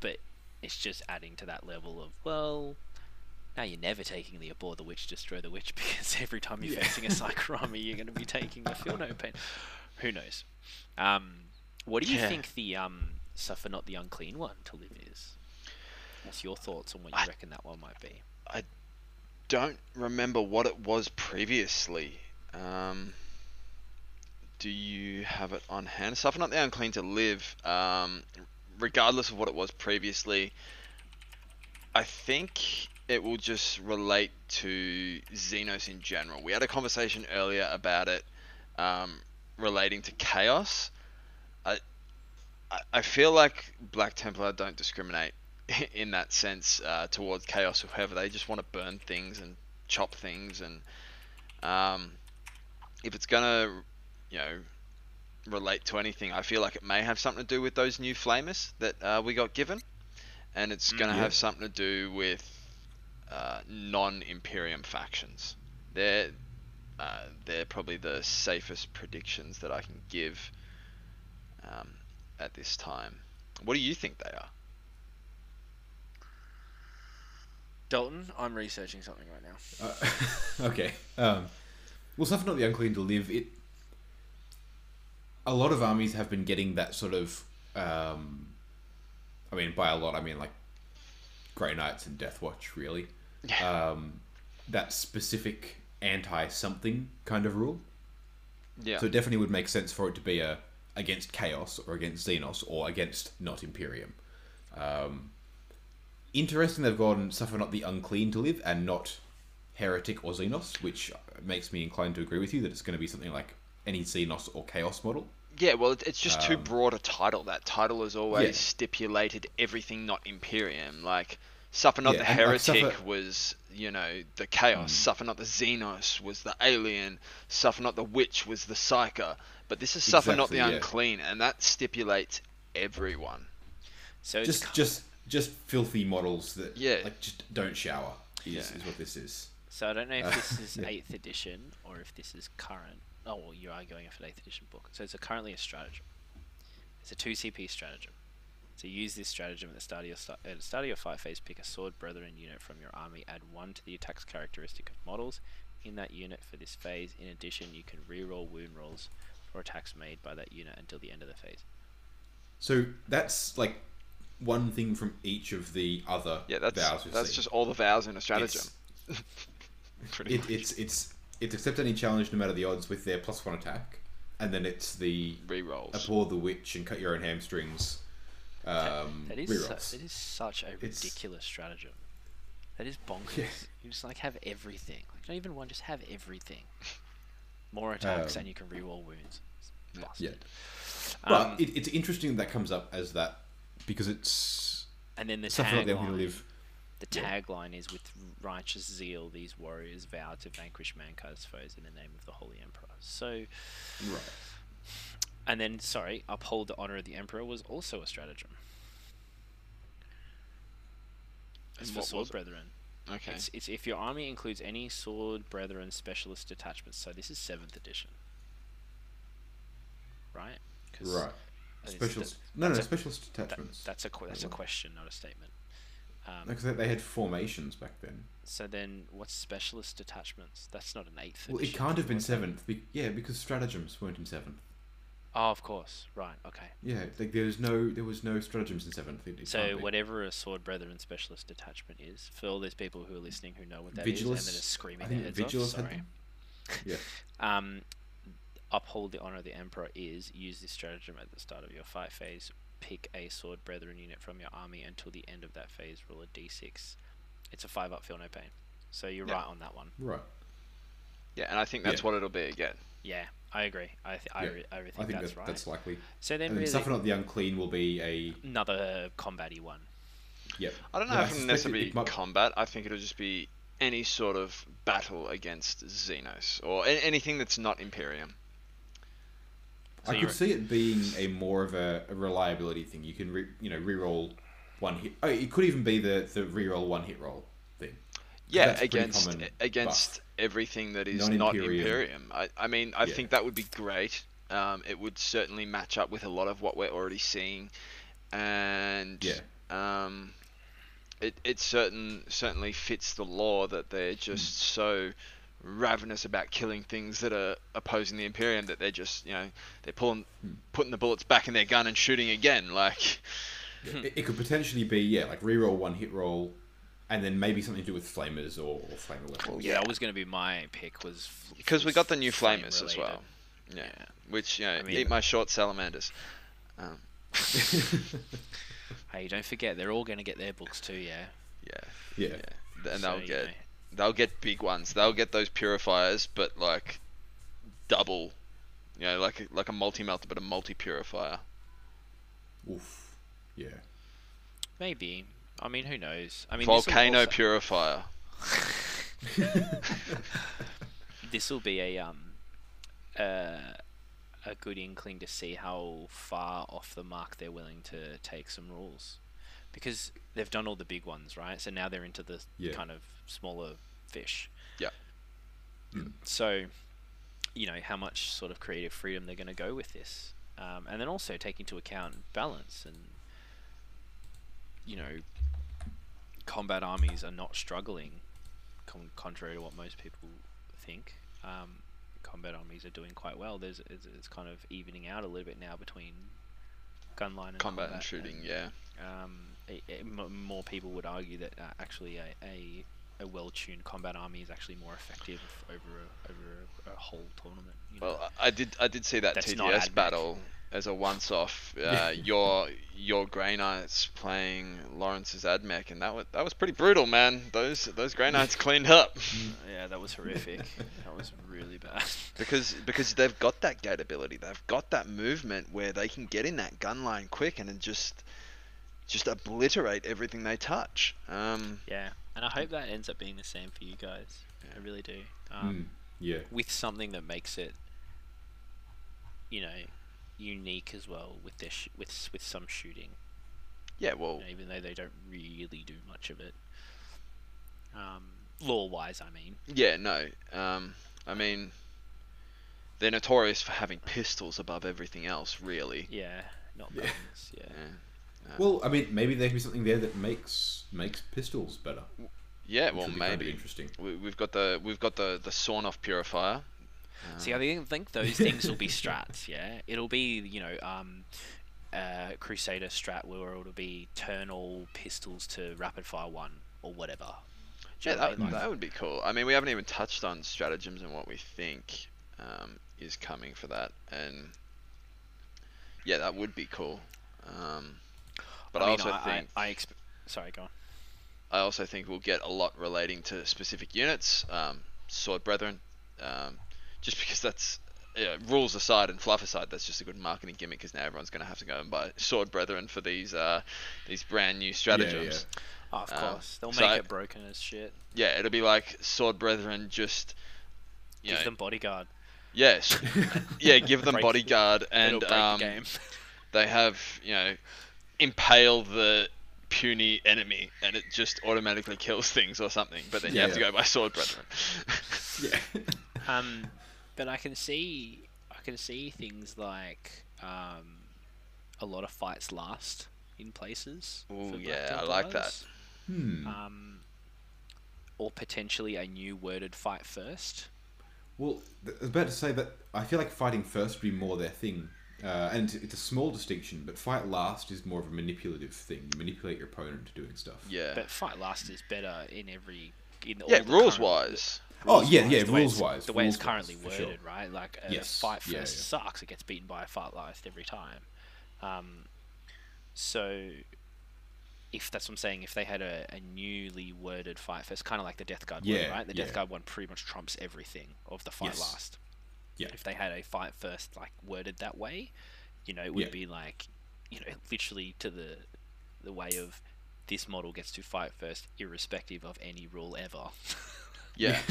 S3: but it's just adding to that level of well, now you're never taking the abhor the witch, destroy the witch, because every time you're facing a psycho army, you're going to be taking the feel no pain. Who knows? Um, what do you
S2: Yeah.
S3: think the um suffer not the unclean one to live is? What's your thoughts on what you
S2: I-
S3: reckon that one might be?
S2: don't remember what it was previously. Um, do you have it on hand? Suffer not the unclean to live. Um, regardless of what it was previously, I think it will just relate to Xenos in general. We had a conversation earlier about it um, relating to chaos. I, I- I feel like Black Templar don't discriminate in that sense uh, towards chaos or whoever. They just want to burn things and chop things and um, if it's gonna you know relate to anything, I feel like it may have something to do with those new flamers that uh, we got given, and it's gonna have something to do with uh, non-Imperium factions. They're uh, they're probably the safest predictions that I can give um, at this time. What do you think they are?
S3: Dalton, I'm researching something right now.
S1: Uh, okay. Um, well, stuff not the unclean to live. It. A lot of armies have been getting that sort of. Um, I mean, by a lot, I mean like Grey Knights and Death Watch, really. Um, that specific anti something kind of rule.
S2: Yeah.
S1: So it definitely would make sense for it to be a against Chaos or against Xenos or against not Imperium. Um, interesting they've gone suffer not the unclean to live and not heretic or Xenos, which makes me inclined to agree with you that it's going to be something like any Xenos or Chaos model.
S2: Yeah, well, it- it's just too
S1: Um,
S2: broad a title. That title has always
S1: Yeah.
S2: stipulated everything not Imperium. Like, Suffer Not
S1: Yeah,
S2: the
S1: and, like,
S2: Heretic
S1: Suffer- Hmm.
S2: was, you know, the Chaos. Suffer Not the Xenos was the Alien. Suffer Not the Witch was the Psyker. But this is Suffer Not the
S1: Exactly, yeah.
S2: Unclean, and that stipulates everyone.
S3: So it's
S1: Just, just, just filthy models that
S2: Yeah.
S1: like just don't shower is,
S2: Yeah.
S1: is what this is.
S3: So I don't know if
S1: Uh,
S3: this is
S1: yeah.
S3: eighth edition or if this is current. Oh, well, you are going off an eighth edition book. So it's a, currently a stratagem. It's a two CP stratagem. So use this stratagem at the start of your sta- at the start of your fight phase. Pick a sword brethren unit from your army. Add one to the attack's characteristic of models in that unit for this phase. In addition, you can reroll wound rolls for attacks made by that unit until the end of the phase.
S1: So that's like one thing from each of the other
S2: Yeah, that's
S1: vows we've
S2: that's
S1: seen.
S2: just all the vows in a stratagem.
S1: It's-
S2: Pretty
S1: it,
S2: much.
S1: it's it's it's accept any challenge no matter the odds with their plus one attack, and then it's the
S2: Rerolls.
S1: abhor the witch and cut your own hamstrings. Um,
S3: That is
S1: rerolls.
S3: su- it is such a
S1: It's-
S3: ridiculous stratagem. That is bonkers. You just like have everything. Like not even one, just have everything. More attacks
S1: Um,
S3: and you can reroll wounds. It's
S1: yeah,
S3: busted.
S1: but
S3: Um,
S1: it, it's interesting that comes up as that because it's
S3: and then the
S1: something that they want to
S3: tagline.
S1: live.
S3: The
S1: yeah.
S3: tagline is with righteous zeal these warriors vow to vanquish mankind's foes in the name of the holy emperor. So
S1: Right.
S3: and then sorry, uphold the honor of the emperor was also a stratagem. It's
S2: And
S3: for
S2: what
S3: sword
S2: was it?
S3: brethren.
S2: Okay.
S3: It's, it's if your army includes any sword brethren specialist detachments. So this is seventh edition, right? 'Cause
S1: Right.
S3: that is-
S1: Specialist.
S3: that-
S1: No, no,
S3: that's a-
S1: specialist
S3: that-
S1: detachments.
S3: that's a que- that's a
S1: Right.
S3: question, not a statement. Um,
S1: Because they had formations back then.
S3: so then, what's specialist detachments? That's not an eighth.
S1: Well, it
S3: edition
S1: can't have been
S3: thing, was it?
S1: seventh. Be- yeah, because stratagems weren't in seventh.
S3: Oh, of course. Right. Okay.
S1: Yeah, like there was no there was no stratagems in seventh. It, it
S3: So
S1: can't be.
S3: whatever a sword brethren specialist detachment is, for all those people who are listening who know what that is
S1: Vigilus-
S3: and that are screaming
S1: I
S3: their
S1: think
S3: heads
S1: Vigilus
S3: off.
S1: had
S3: Sorry.
S1: them. Yeah.
S3: um, uphold the honor of the emperor is use this stratagem at the start of your fight phase. Pick a sword brethren unit from your army until the end of that phase. Roll a d6. It's a five up, feel no pain. So you're
S2: Yeah.
S3: right on that one.
S1: Right.
S2: Yeah, and I think that's
S1: Yeah.
S2: what it'll be again.
S3: Yeah, I agree. I th- I,
S1: Yeah,
S3: re- I, re-
S1: I
S3: think
S1: think
S3: that's
S1: that,
S3: right.
S1: that's likely.
S3: so then
S1: And then
S3: really
S1: Suffer Not the Unclean will be a.
S3: another combat-y one.
S1: Yep.
S2: I don't know
S1: But
S2: if it'll
S1: suspect
S2: necessarily
S1: it-
S2: be
S1: it might-
S2: combat. I think it'll just be any sort of battle against Xenos or a- anything that's not Imperium.
S1: I
S3: you're-
S1: could see it being a more of a, a reliability thing. You can re, you know reroll one hit. Oh, it could even be the the reroll one hit roll thing.
S2: Yeah,
S1: that's pretty
S2: against
S1: common
S2: against everything that is not
S1: Non-Imperium.
S2: Imperium. I, I mean, I
S1: Yeah.
S2: think that would be great. Um, it would certainly match up with a lot of what we're already seeing, and
S1: Yeah.
S2: um, it it certain certainly fits the law that they're just so ravenous about killing things that are opposing the Imperium that they're just you know they're pulling putting the bullets back in their gun and shooting again like Hmm.
S1: It, it could potentially be yeah, like reroll one hit roll, and then maybe something to do with flamers or, or flamer weapons.
S3: Yeah, that was going to be my pick was f-
S2: because we
S3: f-
S2: got the new
S3: flame
S2: flamers as
S3: related.
S2: well. Yeah. Which you know,
S3: mean-
S2: eat my short salamanders. Um,
S3: Hey, don't forget they're all going to get their books too. Yeah.
S2: yeah,
S1: Yeah.
S2: yeah. And
S3: So,
S2: they'll
S3: you
S2: get
S3: know.
S2: they'll get big ones. They'll get those purifiers, but like double, you know, like a, like a multi melter, but a multi purifier.
S1: Oof. Yeah.
S3: Maybe. I mean, who knows? I mean, this will
S2: Volcano
S3: also-
S2: purifier.
S3: This will be a um, uh, a good inkling to see how far off the mark they're willing to take some rules, because they've done all the big ones, right? So now they're into the
S1: Yeah.
S3: kind of smaller fish. Mm.
S2: Yeah.
S3: So, you know how much sort of creative freedom they're going to go with this, um, and then also take into account balance and you know combat armies are not struggling, con- contrary to what most people think. Um, combat armies are doing quite well. There's it's, it's kind of evening out a little bit now between gunline and
S2: Combat and shooting, yeah.
S3: um, it, it, m- more people would argue that uh, actually a, a, a well-tuned combat army is actually more effective over a, over a, a whole tournament. You know?
S2: Well, I I did I did see that
S3: That's not
S2: TDS
S3: admin.
S2: battle as a once off. Uh, your your Grey Knights playing Lawrence's Admech, and that was that was pretty brutal, man. Those those Grey Knights cleaned up
S3: yeah, that was horrific. that was really bad.
S2: because because they've got that gate ability, they've got that movement where they can get in that gun line quick and then just just obliterate everything they touch. Um,
S3: yeah, and I hope that ends up being the same for you guys. I really do. Um,
S1: Mm, yeah.
S2: Hmm.
S3: with something that makes it, you know, unique as well with their sh- with s- with some shooting,
S2: yeah, well,
S3: you know, even though they don't really do much of it. Um, law wise, I mean.
S2: yeah, no. Um, I mean, they're notorious for having pistols above everything else, really.
S3: Yeah, not
S1: Yeah.
S3: guns. Yeah.
S2: Yeah.
S1: Well, I mean, maybe there can be something there that makes makes pistols better.
S2: Yeah,
S1: which
S2: well,
S1: would be kind of
S2: maybe.
S1: interesting.
S2: We, we've got the we've got the the sawn off purifier.
S3: See, I didn't think those things will be strats. Yeah, it'll be you know, um, uh, Crusader strat where it'll be turn all pistols to rapid fire one or whatever. Do
S2: Yeah,
S3: you know what I
S2: that,
S3: mean? Like-
S2: that would be cool. I mean, we haven't even touched on stratagems and what we think um, is coming for that, and yeah, that would be cool. Um, but I,
S3: mean,
S2: also
S3: I,
S2: think
S3: I, I exp- sorry, go on.
S2: I also think we'll get a lot relating to specific units, um, sword brethren, um, just because that's yeah, rules aside and fluff aside, that's just a good marketing gimmick because now everyone's going to have to go and buy sword brethren for these uh, these brand new stratagems.
S3: Oh, of
S2: Um,
S3: course, they'll
S2: so
S3: make
S2: I-
S3: it broken as shit.
S2: Yeah, it'll be like sword brethren just. You
S3: Give
S2: know,
S3: them bodyguard.
S2: yes, yeah. Give them
S3: Break-
S2: bodyguard,
S3: And, it'll
S2: and
S3: break
S2: um,
S3: the game.
S2: they have you know, impale the puny enemy, and it just automatically kills things or something. But then you have to
S1: Yeah.
S2: go by sword brethren.
S1: Yeah.
S3: um, but I can see, I can see things like um, a lot of fights last in places.
S2: Ooh,
S3: for Black
S2: yeah, I like that.
S3: Templars.
S1: Hmm.
S3: Um, or potentially a new worded fight first.
S1: Well, th- I was about to say that I feel like fighting first would be more their thing, uh, and it's a small distinction. But fight last is more of a manipulative thing. You manipulate your opponent into doing stuff.
S2: yeah,
S3: But fight last is better in every in all
S2: yeah.
S3: the
S2: Rules
S3: current-
S2: wise,
S1: Oh yeah,
S3: rules-wise,
S1: yeah.
S3: the way
S1: Rules
S3: it's-
S1: wise,
S3: the way it's
S1: rules-wise,
S3: currently
S1: for
S3: worded,
S1: sure.
S3: right? Like a
S1: Yes,
S3: fight first
S1: yeah, yeah.
S3: sucks; it gets beaten by a fight last every time. Um, so, if that's what I'm saying, if they had a, a newly worded fight first, kind of like the Death Guard one,
S1: Yeah,
S3: right? The Death
S1: yeah.
S3: Guard one pretty much trumps everything of the fight
S1: Yes.
S3: last.
S1: Yeah.
S3: If they had a fight first, like worded that way, you know, it would
S1: Yeah.
S3: be like, you know, literally to the the way of this model gets to fight first, irrespective of any rule ever.
S2: yeah.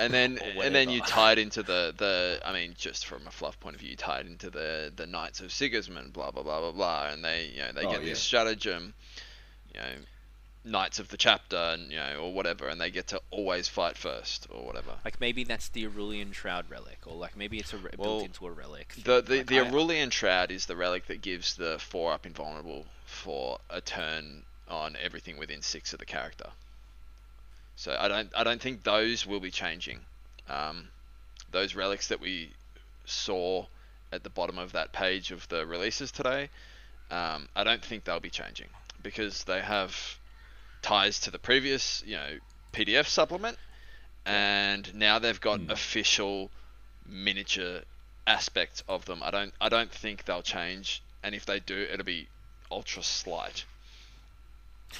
S2: and then
S3: Or
S2: and then you
S3: whatever.
S2: tie it into the the I mean just from a fluff point of view you tie it into the the Knights of Sigismund blah blah blah blah blah and they you know they
S1: Oh,
S2: get
S1: yeah.
S2: this stratagem you know Knights of the Chapter and you know or whatever and they get to always fight first or whatever
S3: Like maybe that's the Aurelian Shroud relic, or like maybe it's a re-
S2: Well,
S3: built into a relic.
S2: the
S3: thing,
S2: the,
S3: like,
S2: the
S3: I-
S2: Aurelian Shroud is the relic that gives the four up invulnerable for a turn on everything within six of the character. So I don't I don't think those will be changing. Um, those relics that we saw at the bottom of that page of the releases today, um, I don't think they'll be changing because they have ties to the previous you know PDF supplement, and now they've got official miniature aspects of them. I don't I don't think they'll change, and if they do, it'll be ultra slight.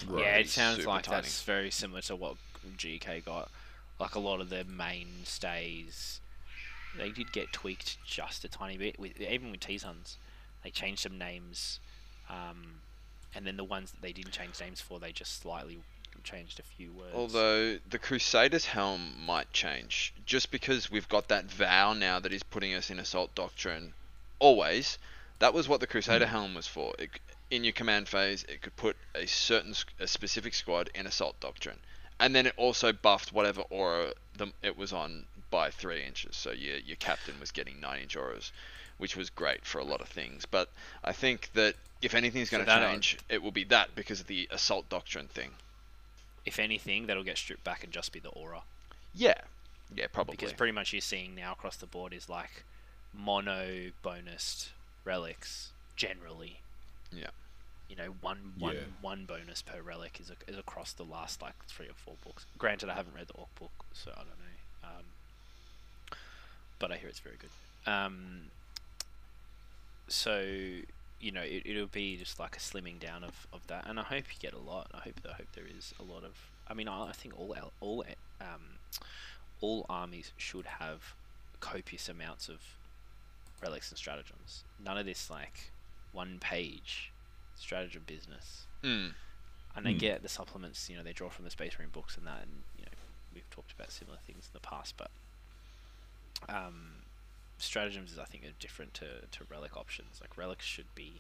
S1: Right.
S3: yeah, it sounds
S2: super
S3: like
S2: tiny.
S3: that's very similar to what GK got. Like a lot of their mainstays, they did get tweaked just a tiny bit. With even with T Suns, they changed some names, um, and then the ones that they didn't change names for, they just slightly changed a few words.
S2: Although the Crusaders helm might change, just because we've got that vow now that is putting us in assault doctrine. Always, that was what the Crusader helm was for. It, c- in your command phase, it could put a certain, s- a specific squad in assault doctrine, and then it also buffed whatever aura the, it was on by three inches. So your your captain was getting nine inch auras, which was great for a lot of things. But I think that if anything's going to
S3: that-
S2: change, it will be that because of the assault doctrine thing.
S3: if anything, that'll get stripped back and just be the aura.
S2: Yeah, yeah, probably.
S3: Because pretty much you're seeing now across the board is like mono bonused relics generally.
S2: Yeah.
S3: You know, one one one
S1: Yeah.
S3: bonus per relic is, a, is across the last like three or four books. Granted, I haven't read the Orc book, so I don't know. Um, but I hear it's very good. Um, so you know, it, it'll be just like a slimming down of, of that, and I hope you get a lot. I hope I hope there is a lot of. I mean, I, I think all al- all um, all armies should have copious amounts of relics and stratagems. None of this like one page stratagem business.
S2: Mm.
S3: And I
S1: Hmm.
S3: get the supplements, you know, they draw from the Space Marine books and that, and you know, we've talked about similar things in the past, but um, stratagems, is, I think, are different to, to relic options. Like relics should be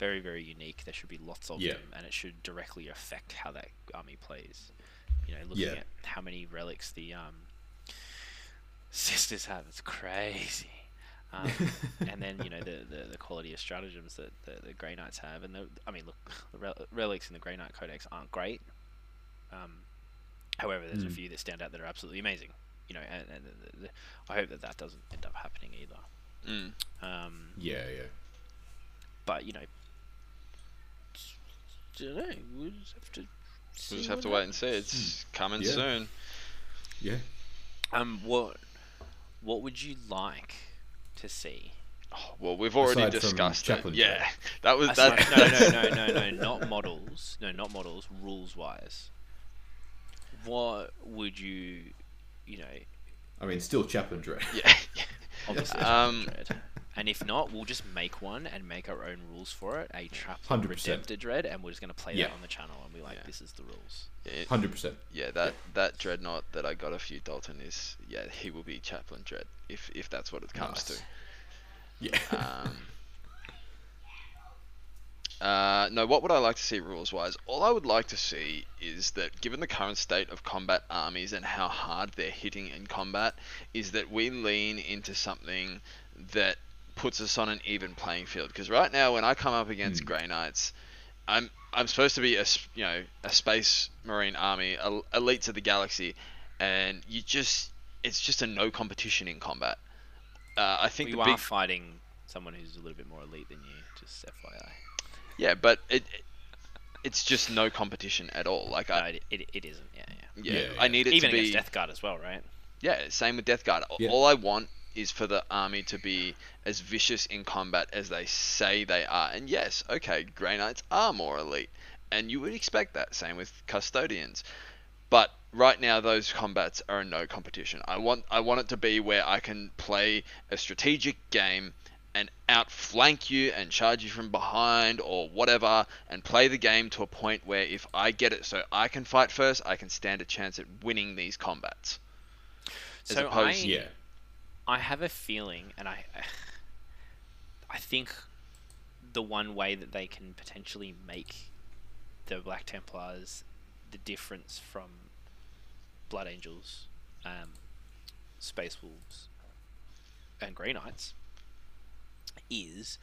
S3: very, very unique. There should be lots of
S1: Yeah.
S3: them, and it should directly affect how that army plays. You know, looking
S1: Yeah.
S3: at how many relics the um, sisters have, it's crazy. Um, and then you know the, the, the quality of stratagems that the, the Grey Knights have, and the I mean look, the rel- relics in the Grey Knight Codex aren't great. Um, however, there's a
S1: Mm.
S3: few that stand out that are absolutely amazing. You know, and, and the, the, I hope that that doesn't end up happening either.
S2: Mm.
S3: Um,
S1: Yeah, yeah.
S3: but you know, don't know. We'll just have to.
S2: We'll just have to wait and see. It's
S3: Hmm.
S2: coming
S1: Yeah.
S2: soon.
S1: Yeah.
S3: Um, what what would you like to see?
S2: Oh, well, we've already
S1: Aside from
S2: discussed it.
S1: chaplain
S2: Yeah, that was
S3: Aside-
S2: that.
S3: no, no, no, no, no, not models. No, not models. Rules wise, what would you, you know,
S1: I mean, still Chaplain Dread.
S2: Yeah.
S3: obviously
S2: Um,
S3: dread. And if not, we'll just make one and make our own rules for it. A trap
S1: 100%.
S3: redemptor dread, and we're just gonna play
S1: Yeah.
S3: that on the channel, and we like
S2: Yeah.
S3: this is the rules.
S2: yeah,
S1: Hundred percent.
S2: yeah, that that dreadnought that I got off you, Dalton, is yeah, he will be chaplain dread if if that's what it comes
S1: Nice. Yeah.
S2: to. Um, uh, no, what would I like to see rules wise? All I would like to see is that, given the current state of combat armies and how hard they're hitting in combat, is that we lean into something that puts us on an even playing field. Because right now, when I come up
S3: Hmm.
S2: against Grey Knights, I'm I'm supposed to be a s- you know a space marine army, el- elites of the galaxy, and you just it's just a no competition in combat. Uh, I think
S3: You
S2: the
S3: are
S2: big
S3: fighting someone who's a little bit more elite than you. Just FYI.
S2: yeah, but it it's just no competition at all. Like
S3: No,
S2: I
S3: it, it, it isn't. Yeah, yeah.
S2: yeah,
S1: Yeah,
S2: I
S1: yeah.
S2: need it
S3: Even
S2: to be
S3: against Death Guard as well, right?
S2: yeah same with Death Guard. A-
S1: Yeah.
S2: All I want is for the army to be as vicious in combat as they say they are. And yes, okay, Grey Knights are more elite, and you would expect that. Same with Custodians. but right now those combats are in no competition. I want I want it to be where I can play a strategic game and outflank you and charge you from behind or whatever and play the game to a point where if I get it so I can fight first, I can stand a chance at winning these combats. As
S3: So
S2: opposed-
S3: I,
S1: Yeah.
S3: I have a feeling, and I, I think the one way that they can potentially make the Black Templars the difference from Blood Angels, um, Space Wolves, and Grey Knights is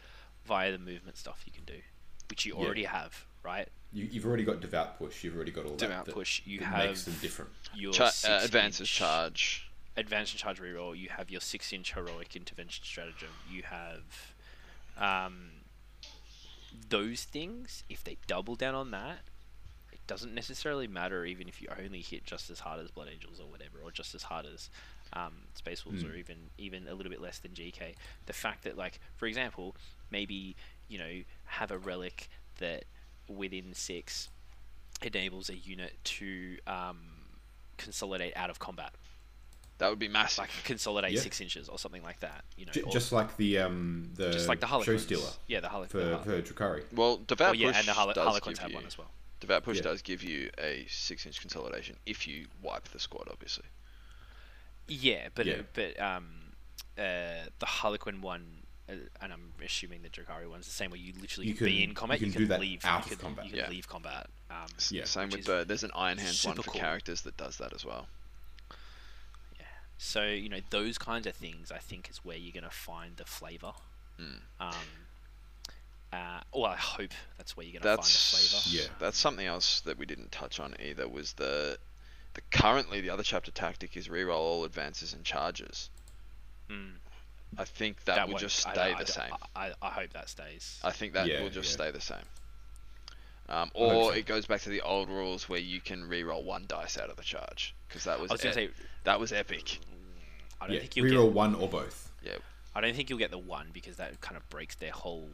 S3: via the movement stuff you can do, which you
S1: Yeah.
S3: already have, right?
S1: You, you've already got devout push. You've already got all that.
S3: Devout
S1: that-
S3: Push, you
S1: that
S3: have
S1: makes them different.
S3: Your
S2: Cha- uh,
S3: 16
S2: advances
S3: inch-
S2: charge.
S3: advanced in charge reroll, you have your six inch heroic intervention stratagem, you have um, those things. If they double down on that, it doesn't necessarily matter even if you only hit just as hard as Blood Angels or whatever, or just as hard as um, Space Wolves,
S1: Hmm.
S3: or even even a little bit less than GK. The fact that, like, for example, maybe you know have a relic that within six enables a unit to um, consolidate out of combat
S2: That would be massive.
S3: like consolidate
S1: Yeah.
S3: six inches or something like that. You know,
S1: J-
S3: or
S1: just like the um the
S3: just like the
S1: show
S3: Harlequins.
S1: stealer
S3: Yeah, the Harlequins.
S1: for for Drakari.
S2: well,
S3: oh
S2: Devout
S3: yeah,
S2: Push
S3: and the Harle-
S2: does
S3: Harlequins
S2: give
S3: have
S2: you,
S3: one as well.
S2: Devout Push
S1: Yeah.
S2: does give you a six-inch consolidation if you wipe the squad, obviously.
S3: Yeah, but
S1: Yeah.
S3: but um, uh, the Harlequin one, uh, and I'm assuming the Drakari one's the same where you literally
S1: You
S3: can, be
S1: can-
S3: in combat,
S1: you
S3: you
S1: can
S3: can,
S1: do that
S3: leave
S1: out
S3: you
S1: of
S3: can,
S1: combat.
S3: You can
S2: Yeah.
S3: leave combat. Um,
S2: S-
S1: Yeah.
S2: Same
S3: Which
S2: with
S3: is
S2: Bird. There's an Iron Hands one
S3: super
S2: for
S3: cool.
S2: characters that does that as well.
S3: so you know those kinds of things, I think, is where you're gonna find the flavor.
S2: Hmm.
S3: Um, uh, well, I hope that's where you're gonna find the
S2: That's
S3: flavor.
S1: Yeah.
S2: That's something else that we didn't touch on either was the the currently the other chapter tactic is reroll all advances and charges.
S3: Mm.
S2: I think that, will
S3: won't-
S2: just
S3: I-
S2: stay
S3: I-
S2: the
S3: I-
S2: same.
S3: I, I hope that stays.
S2: I think that
S1: Yeah,
S2: will just
S1: yeah.
S2: stay the same. Um,
S1: hope
S2: or
S1: so.
S2: it goes back to the old rules where you can reroll one dice out of the charge because that was,
S3: I was gonna
S2: ep-
S3: say-
S2: that was epic.
S3: I don't
S1: uh, Yeah,
S3: think you'll
S1: reroll
S3: get.
S1: one or both.
S2: Yeah,
S3: I don't think you'll get the one because that kind of breaks their whole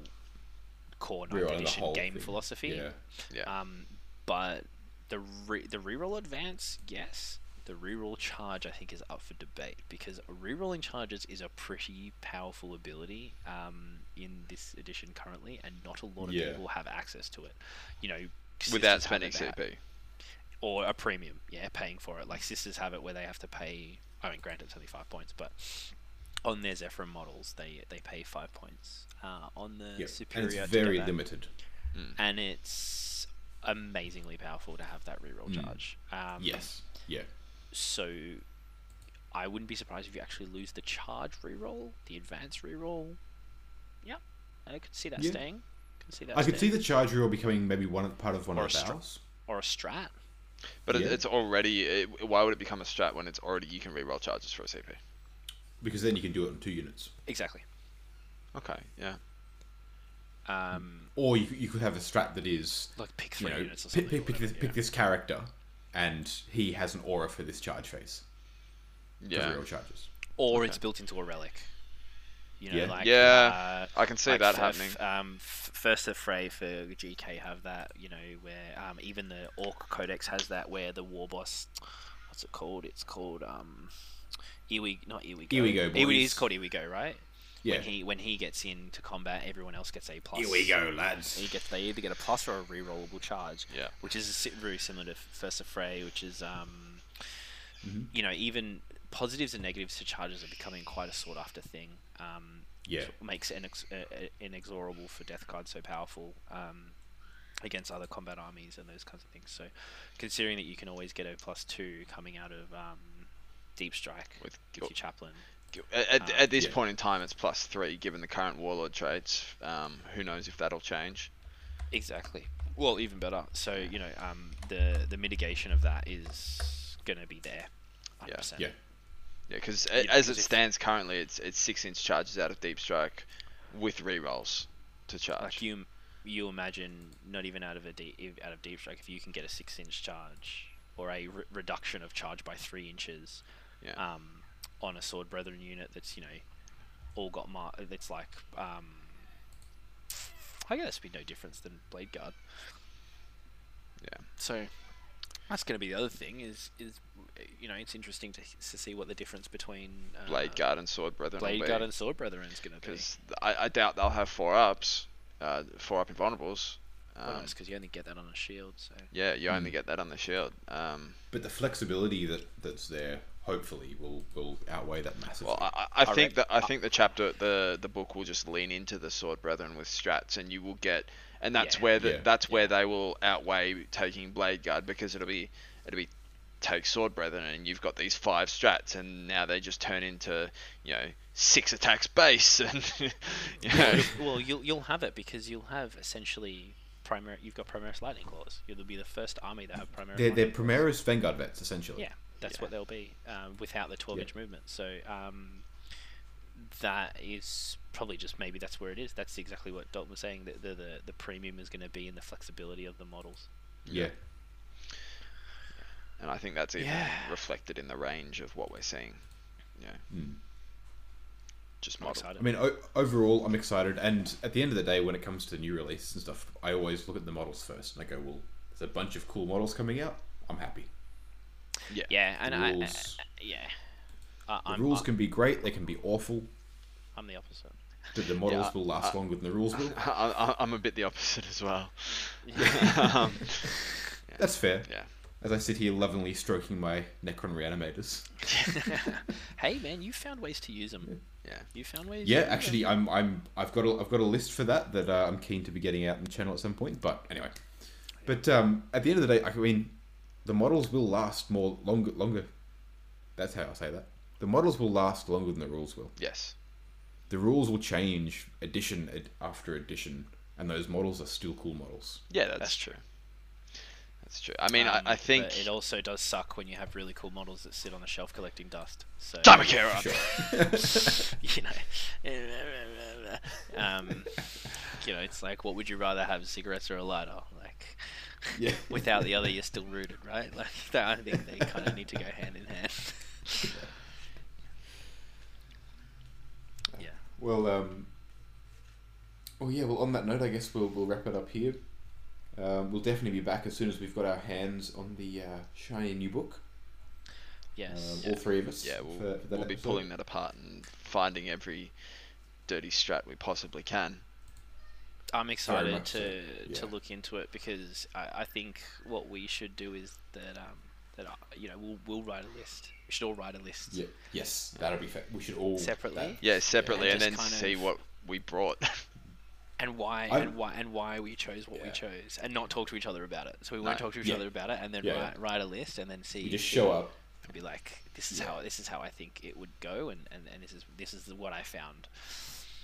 S3: core ninth
S1: Rerolling the
S3: edition
S1: whole
S3: game
S1: thing.
S3: philosophy.
S1: Yeah,
S2: yeah.
S3: Um, but the re- the reroll advance, yes. The reroll charge, I think, is up for debate because rerolling charges is a pretty powerful ability um, in this edition currently, and not a lot of
S1: Yeah.
S3: people have access to it. You know,
S2: Without
S3: sisters have
S2: spending
S3: it that-
S2: CP.
S3: or a premium, yeah, paying for it. Like sisters have it where they have to pay. I mean, granted, it's only five points, but on their Zephyr models, they they pay five points. Uh, on the
S1: yeah. And
S3: superior,
S1: it's
S3: to
S1: very
S3: Devat,
S1: limited.
S3: and it's amazingly powerful to have that reroll charge. Um,
S1: Mm. Yes. Yeah.
S3: So I wouldn't be surprised if you actually lose the charge reroll, the advance reroll. Yeah, I could see that
S1: Yeah.
S3: staying. Could see that.
S1: I could see
S3: staying.
S1: the charge reroll becoming maybe one of, part of one
S3: Or
S1: of
S3: a
S1: the
S3: str-
S1: battles.
S3: or a strat.
S2: But it
S1: Yeah.
S2: it's already. It, why would it become a strat when it's already you can reroll charges for a CP?
S1: Because then you can do it on two units.
S3: Exactly.
S2: Okay, yeah.
S3: Um,
S1: Or you, you could have a strat that is,
S3: like pick
S1: you
S3: three
S1: know,
S3: units or something.
S1: pick,
S3: or
S1: pick, pick,
S3: whatever,
S1: this, pick this character and he has an aura for this charge phase. for
S2: Yeah.
S1: reroll charges.
S3: or it's built into a relic. You know,
S1: Yeah.
S3: like
S2: Yeah,
S3: uh,
S2: I can see
S3: like
S2: that
S3: for-
S2: happening.
S3: f- um, f- first of fray for GK have that. You know, where um, even the Orc Codex has that, where the war boss, what's it called? It's called um, here we not here we go.
S1: Here we go,
S3: It
S1: boys.
S3: is called here we go, right?
S1: Yeah.
S3: When he when he gets into combat, everyone else gets a plus.
S1: go,
S3: He
S1: lads.
S3: gets they either get a plus or a rerollable charge.
S2: Yeah.
S3: Which is si- very similar to First of Fray, which is um, you know even positives and negatives to charges are becoming quite a sought after thing. Um,
S1: Yeah.
S3: which Makes inex- uh, uh, inexorable for death card so powerful um, against other combat armies and those kinds of things. So considering that you can always get a plus two coming out of um, deep strike
S2: With
S3: your chaplain.
S2: At, at, at this
S1: yeah.
S2: point in time, it's plus three given the current warlord traits. Um, who knows if that'll change?
S3: Exactly. Well, even better. So you know, um, the the mitigation of that is going to be there.
S2: Yeah.
S3: 100%.
S1: Yeah.
S2: Yeah, because
S3: Yeah,
S2: as it
S3: 'cause if-
S2: stands currently, it's it's six inch charges out of deep strike, with rerolls to charge.
S3: Like you, you imagine not even out of a deep, out of deep strike. If you can get a six inch charge or a re- reduction of charge by three inches,
S2: yeah.
S3: um, on a sword brethren unit that's you know all got mar- that's like um, I guess it'd be no difference than blade guard.
S2: Yeah.
S3: So that's going to be the other thing is is you know it's interesting to to see what the difference between uh,
S2: Blade guard and sword brethren.
S3: blade guard and sword brethren is going to be.
S2: because I, I doubt they'll have four ups, uh, four up invulnerables.
S3: Well,
S2: Um,
S3: that's Hmm. because you only get that on a shield. So
S2: yeah, you only get that on the shield. Um,
S1: But the flexibility that, that's there, hopefully, will, will outweigh that massively.
S2: Well, I, I I
S3: I
S2: think
S3: reckon-
S2: that I think the chapter, the the book will just lean into the Sword Brethren with strats, and you will get, and that's
S3: Yeah.
S2: where the,
S1: Yeah.
S2: that's where they will outweigh taking Blade Guard because it'll be it'll be take Sword Brethren, and you've got these five strats, and now they just turn into you know six attacks base, and you know,
S3: well, you'll you'll have it because you'll have essentially primary. You've got Primaris Lightning Claws. You'll be the first army to have Primaris.
S1: they're, they're
S3: Lightning Claws.
S1: Primaris Vanguard vets, essentially.
S3: Yeah, that's what they'll be um, without the 12
S1: Yeah.
S3: inch movement. So um, that is probably just maybe that's where it is. That's exactly what Dalton was saying. That the, the the premium is going to be in the flexibility of the models.
S1: Yeah.
S2: and I think that's even
S3: Yeah.
S2: reflected in the range of what we're seeing. Yeah, just
S3: I'm
S2: model.
S3: excited.
S1: I mean, o- overall, I'm excited. And at the end of the day, when it comes to new release and stuff, I always look at the models first and I go, well, there's a bunch of cool models coming out. I'm happy.
S2: Yeah,
S3: yeah, and I,
S1: rules-
S3: yeah, I,
S1: The
S3: I'm,
S1: rules
S3: I'm,
S1: can be great, they can be awful.
S3: I'm the opposite.
S1: That the models
S2: Yeah,
S1: will
S3: Uh,
S1: last longer than the rules will.
S2: I, I, I'm a bit the opposite as well. um,
S1: That's fair.
S2: yeah.
S1: As I sit here lovingly stroking my Necron reanimators.
S3: hey man, you found ways to use them.
S2: Yeah.
S3: You found ways.
S1: Yeah,
S3: to use 'em.
S1: actually, I'm I'm I've got a I've got a list for that that uh, I'm keen to be getting out in the channel at some point. But anyway, but um, at the end of the day, I mean, the models will last more longer longer. That's how I say that. The models will last longer than the rules will.
S2: Yes.
S1: The rules will change edition ed- after edition, and those models are still cool models.
S2: Yeah, that's,
S3: That's
S2: true. That's true. I mean,
S3: Um,
S2: I, I
S3: but
S2: think
S3: it also does suck when you have really cool models that sit on the shelf collecting dust. So
S2: Damakera.
S1: Sure.
S3: you know, um, you know, it's like, what would you rather have, cigarettes or a lighter? Like,
S1: yeah.
S3: without the other, you're still rooted, right? Like, that, I think they kind of need to go hand in hand. yeah.
S1: Well, um, well, yeah. Well, on that note, I guess we'll we'll wrap it up here. Um, we'll definitely be back as soon as we've got our hands on the uh, shiny new book. Um,
S3: Yes.
S1: All three of us.
S2: yeah, we'll,
S1: for- for that
S2: we'll be
S1: episode.
S2: pulling that apart and finding every dirty strat we possibly can.
S3: I'm excited
S1: much so,
S3: to to
S1: yeah.
S3: look into it because I, I think what we should do is that um that uh, you know we'll we'll write a list. We should all write a list.
S1: Yeah. Yes, that'll be fair. We should all
S3: Separately?
S2: Yeah, separately,
S3: and
S2: and,
S3: just
S2: then
S3: kind
S2: see
S3: of-
S2: what we brought.
S3: and why
S1: I-
S3: and why and why we chose what we
S1: Yeah.
S3: chose and not talk to each other about it so we won't
S2: No,
S3: talk to each
S1: yeah.
S3: other about it and then
S1: Yeah, yeah.
S3: write, write a list and then see
S1: We just show up.
S3: and be like this is
S1: Yeah.
S3: how this is how i think it would go and and, and this is this is what i found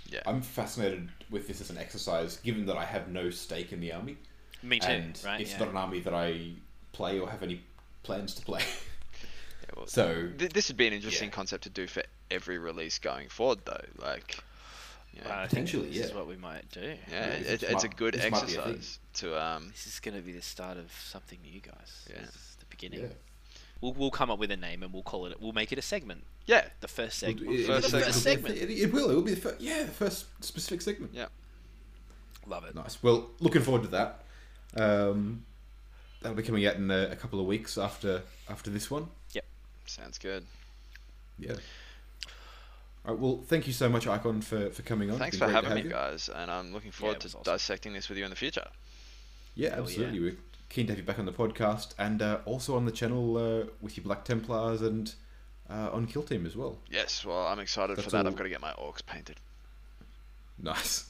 S2: yeah.
S1: I'm fascinated with this as an exercise, given that I have no stake in the army,
S3: me too
S1: and
S3: right
S1: it's
S3: yeah.
S1: not an army that I play or have any plans to play.
S2: Yeah, well,
S1: so
S2: th- this would be an interesting
S1: Yeah.
S2: concept to do for every release going forward, though. Like, you know,
S3: Well,
S1: uh,
S3: I think
S1: Potentially,
S3: this is
S1: yeah.
S3: what we might do
S2: yeah,
S1: yeah,
S2: it,
S1: this
S2: it's a
S1: might-
S2: good
S1: this might be a thing.
S2: exercise to um.
S3: this is going to be the start of something new guys
S2: Yeah.
S3: this is the beginning
S1: yeah,
S3: we'll, we'll come up with a name and we'll call it we'll make it a segment
S2: Yeah,
S3: the first
S1: It-
S3: segment
S1: it-
S2: First
S1: it'll be-
S2: segment.
S3: segment.
S1: It, it will. It will be the first, yeah, the first specific segment.
S2: yeah.
S3: love it
S1: Nice. Well, looking forward to that. Um, that'll be coming out in a, a couple of weeks after after this one.
S2: Sounds good.
S1: Yeah. All right. Well, thank you so much, Icon, for, for coming on.
S2: Thanks
S1: It's
S2: for
S1: been great to
S2: having me,
S1: have you.
S2: guys, and I'm looking forward
S3: it
S2: to
S3: was awesome.
S2: dissecting this with you in the future.
S1: Yeah,
S3: Hell
S1: absolutely. We're keen to have you back on the podcast and uh, also on the channel uh, with your Black Templars and uh, on Kill Team as well.
S2: Yes, well, I'm excited for
S1: That's
S2: that.
S1: all.
S2: I've got to get my orcs painted.
S1: Nice.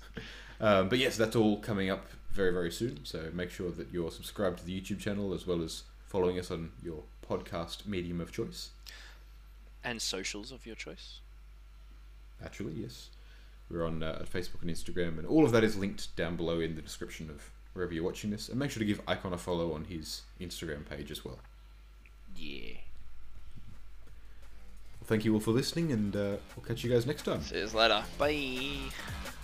S1: Um, but yes, that's all coming up very, very soon. So make sure that you're subscribed to the YouTube channel as well as following us on your podcast medium of choice.
S3: and socials of your choice
S1: Actually, yes. We're on uh, Facebook and Instagram, and all of that is linked down below in the description of wherever you're watching this. And make sure to give Icon a follow on his Instagram page as well.
S3: yeah
S1: Thank you all for listening, and uh, we'll catch you guys next time.
S2: See you later.
S3: bye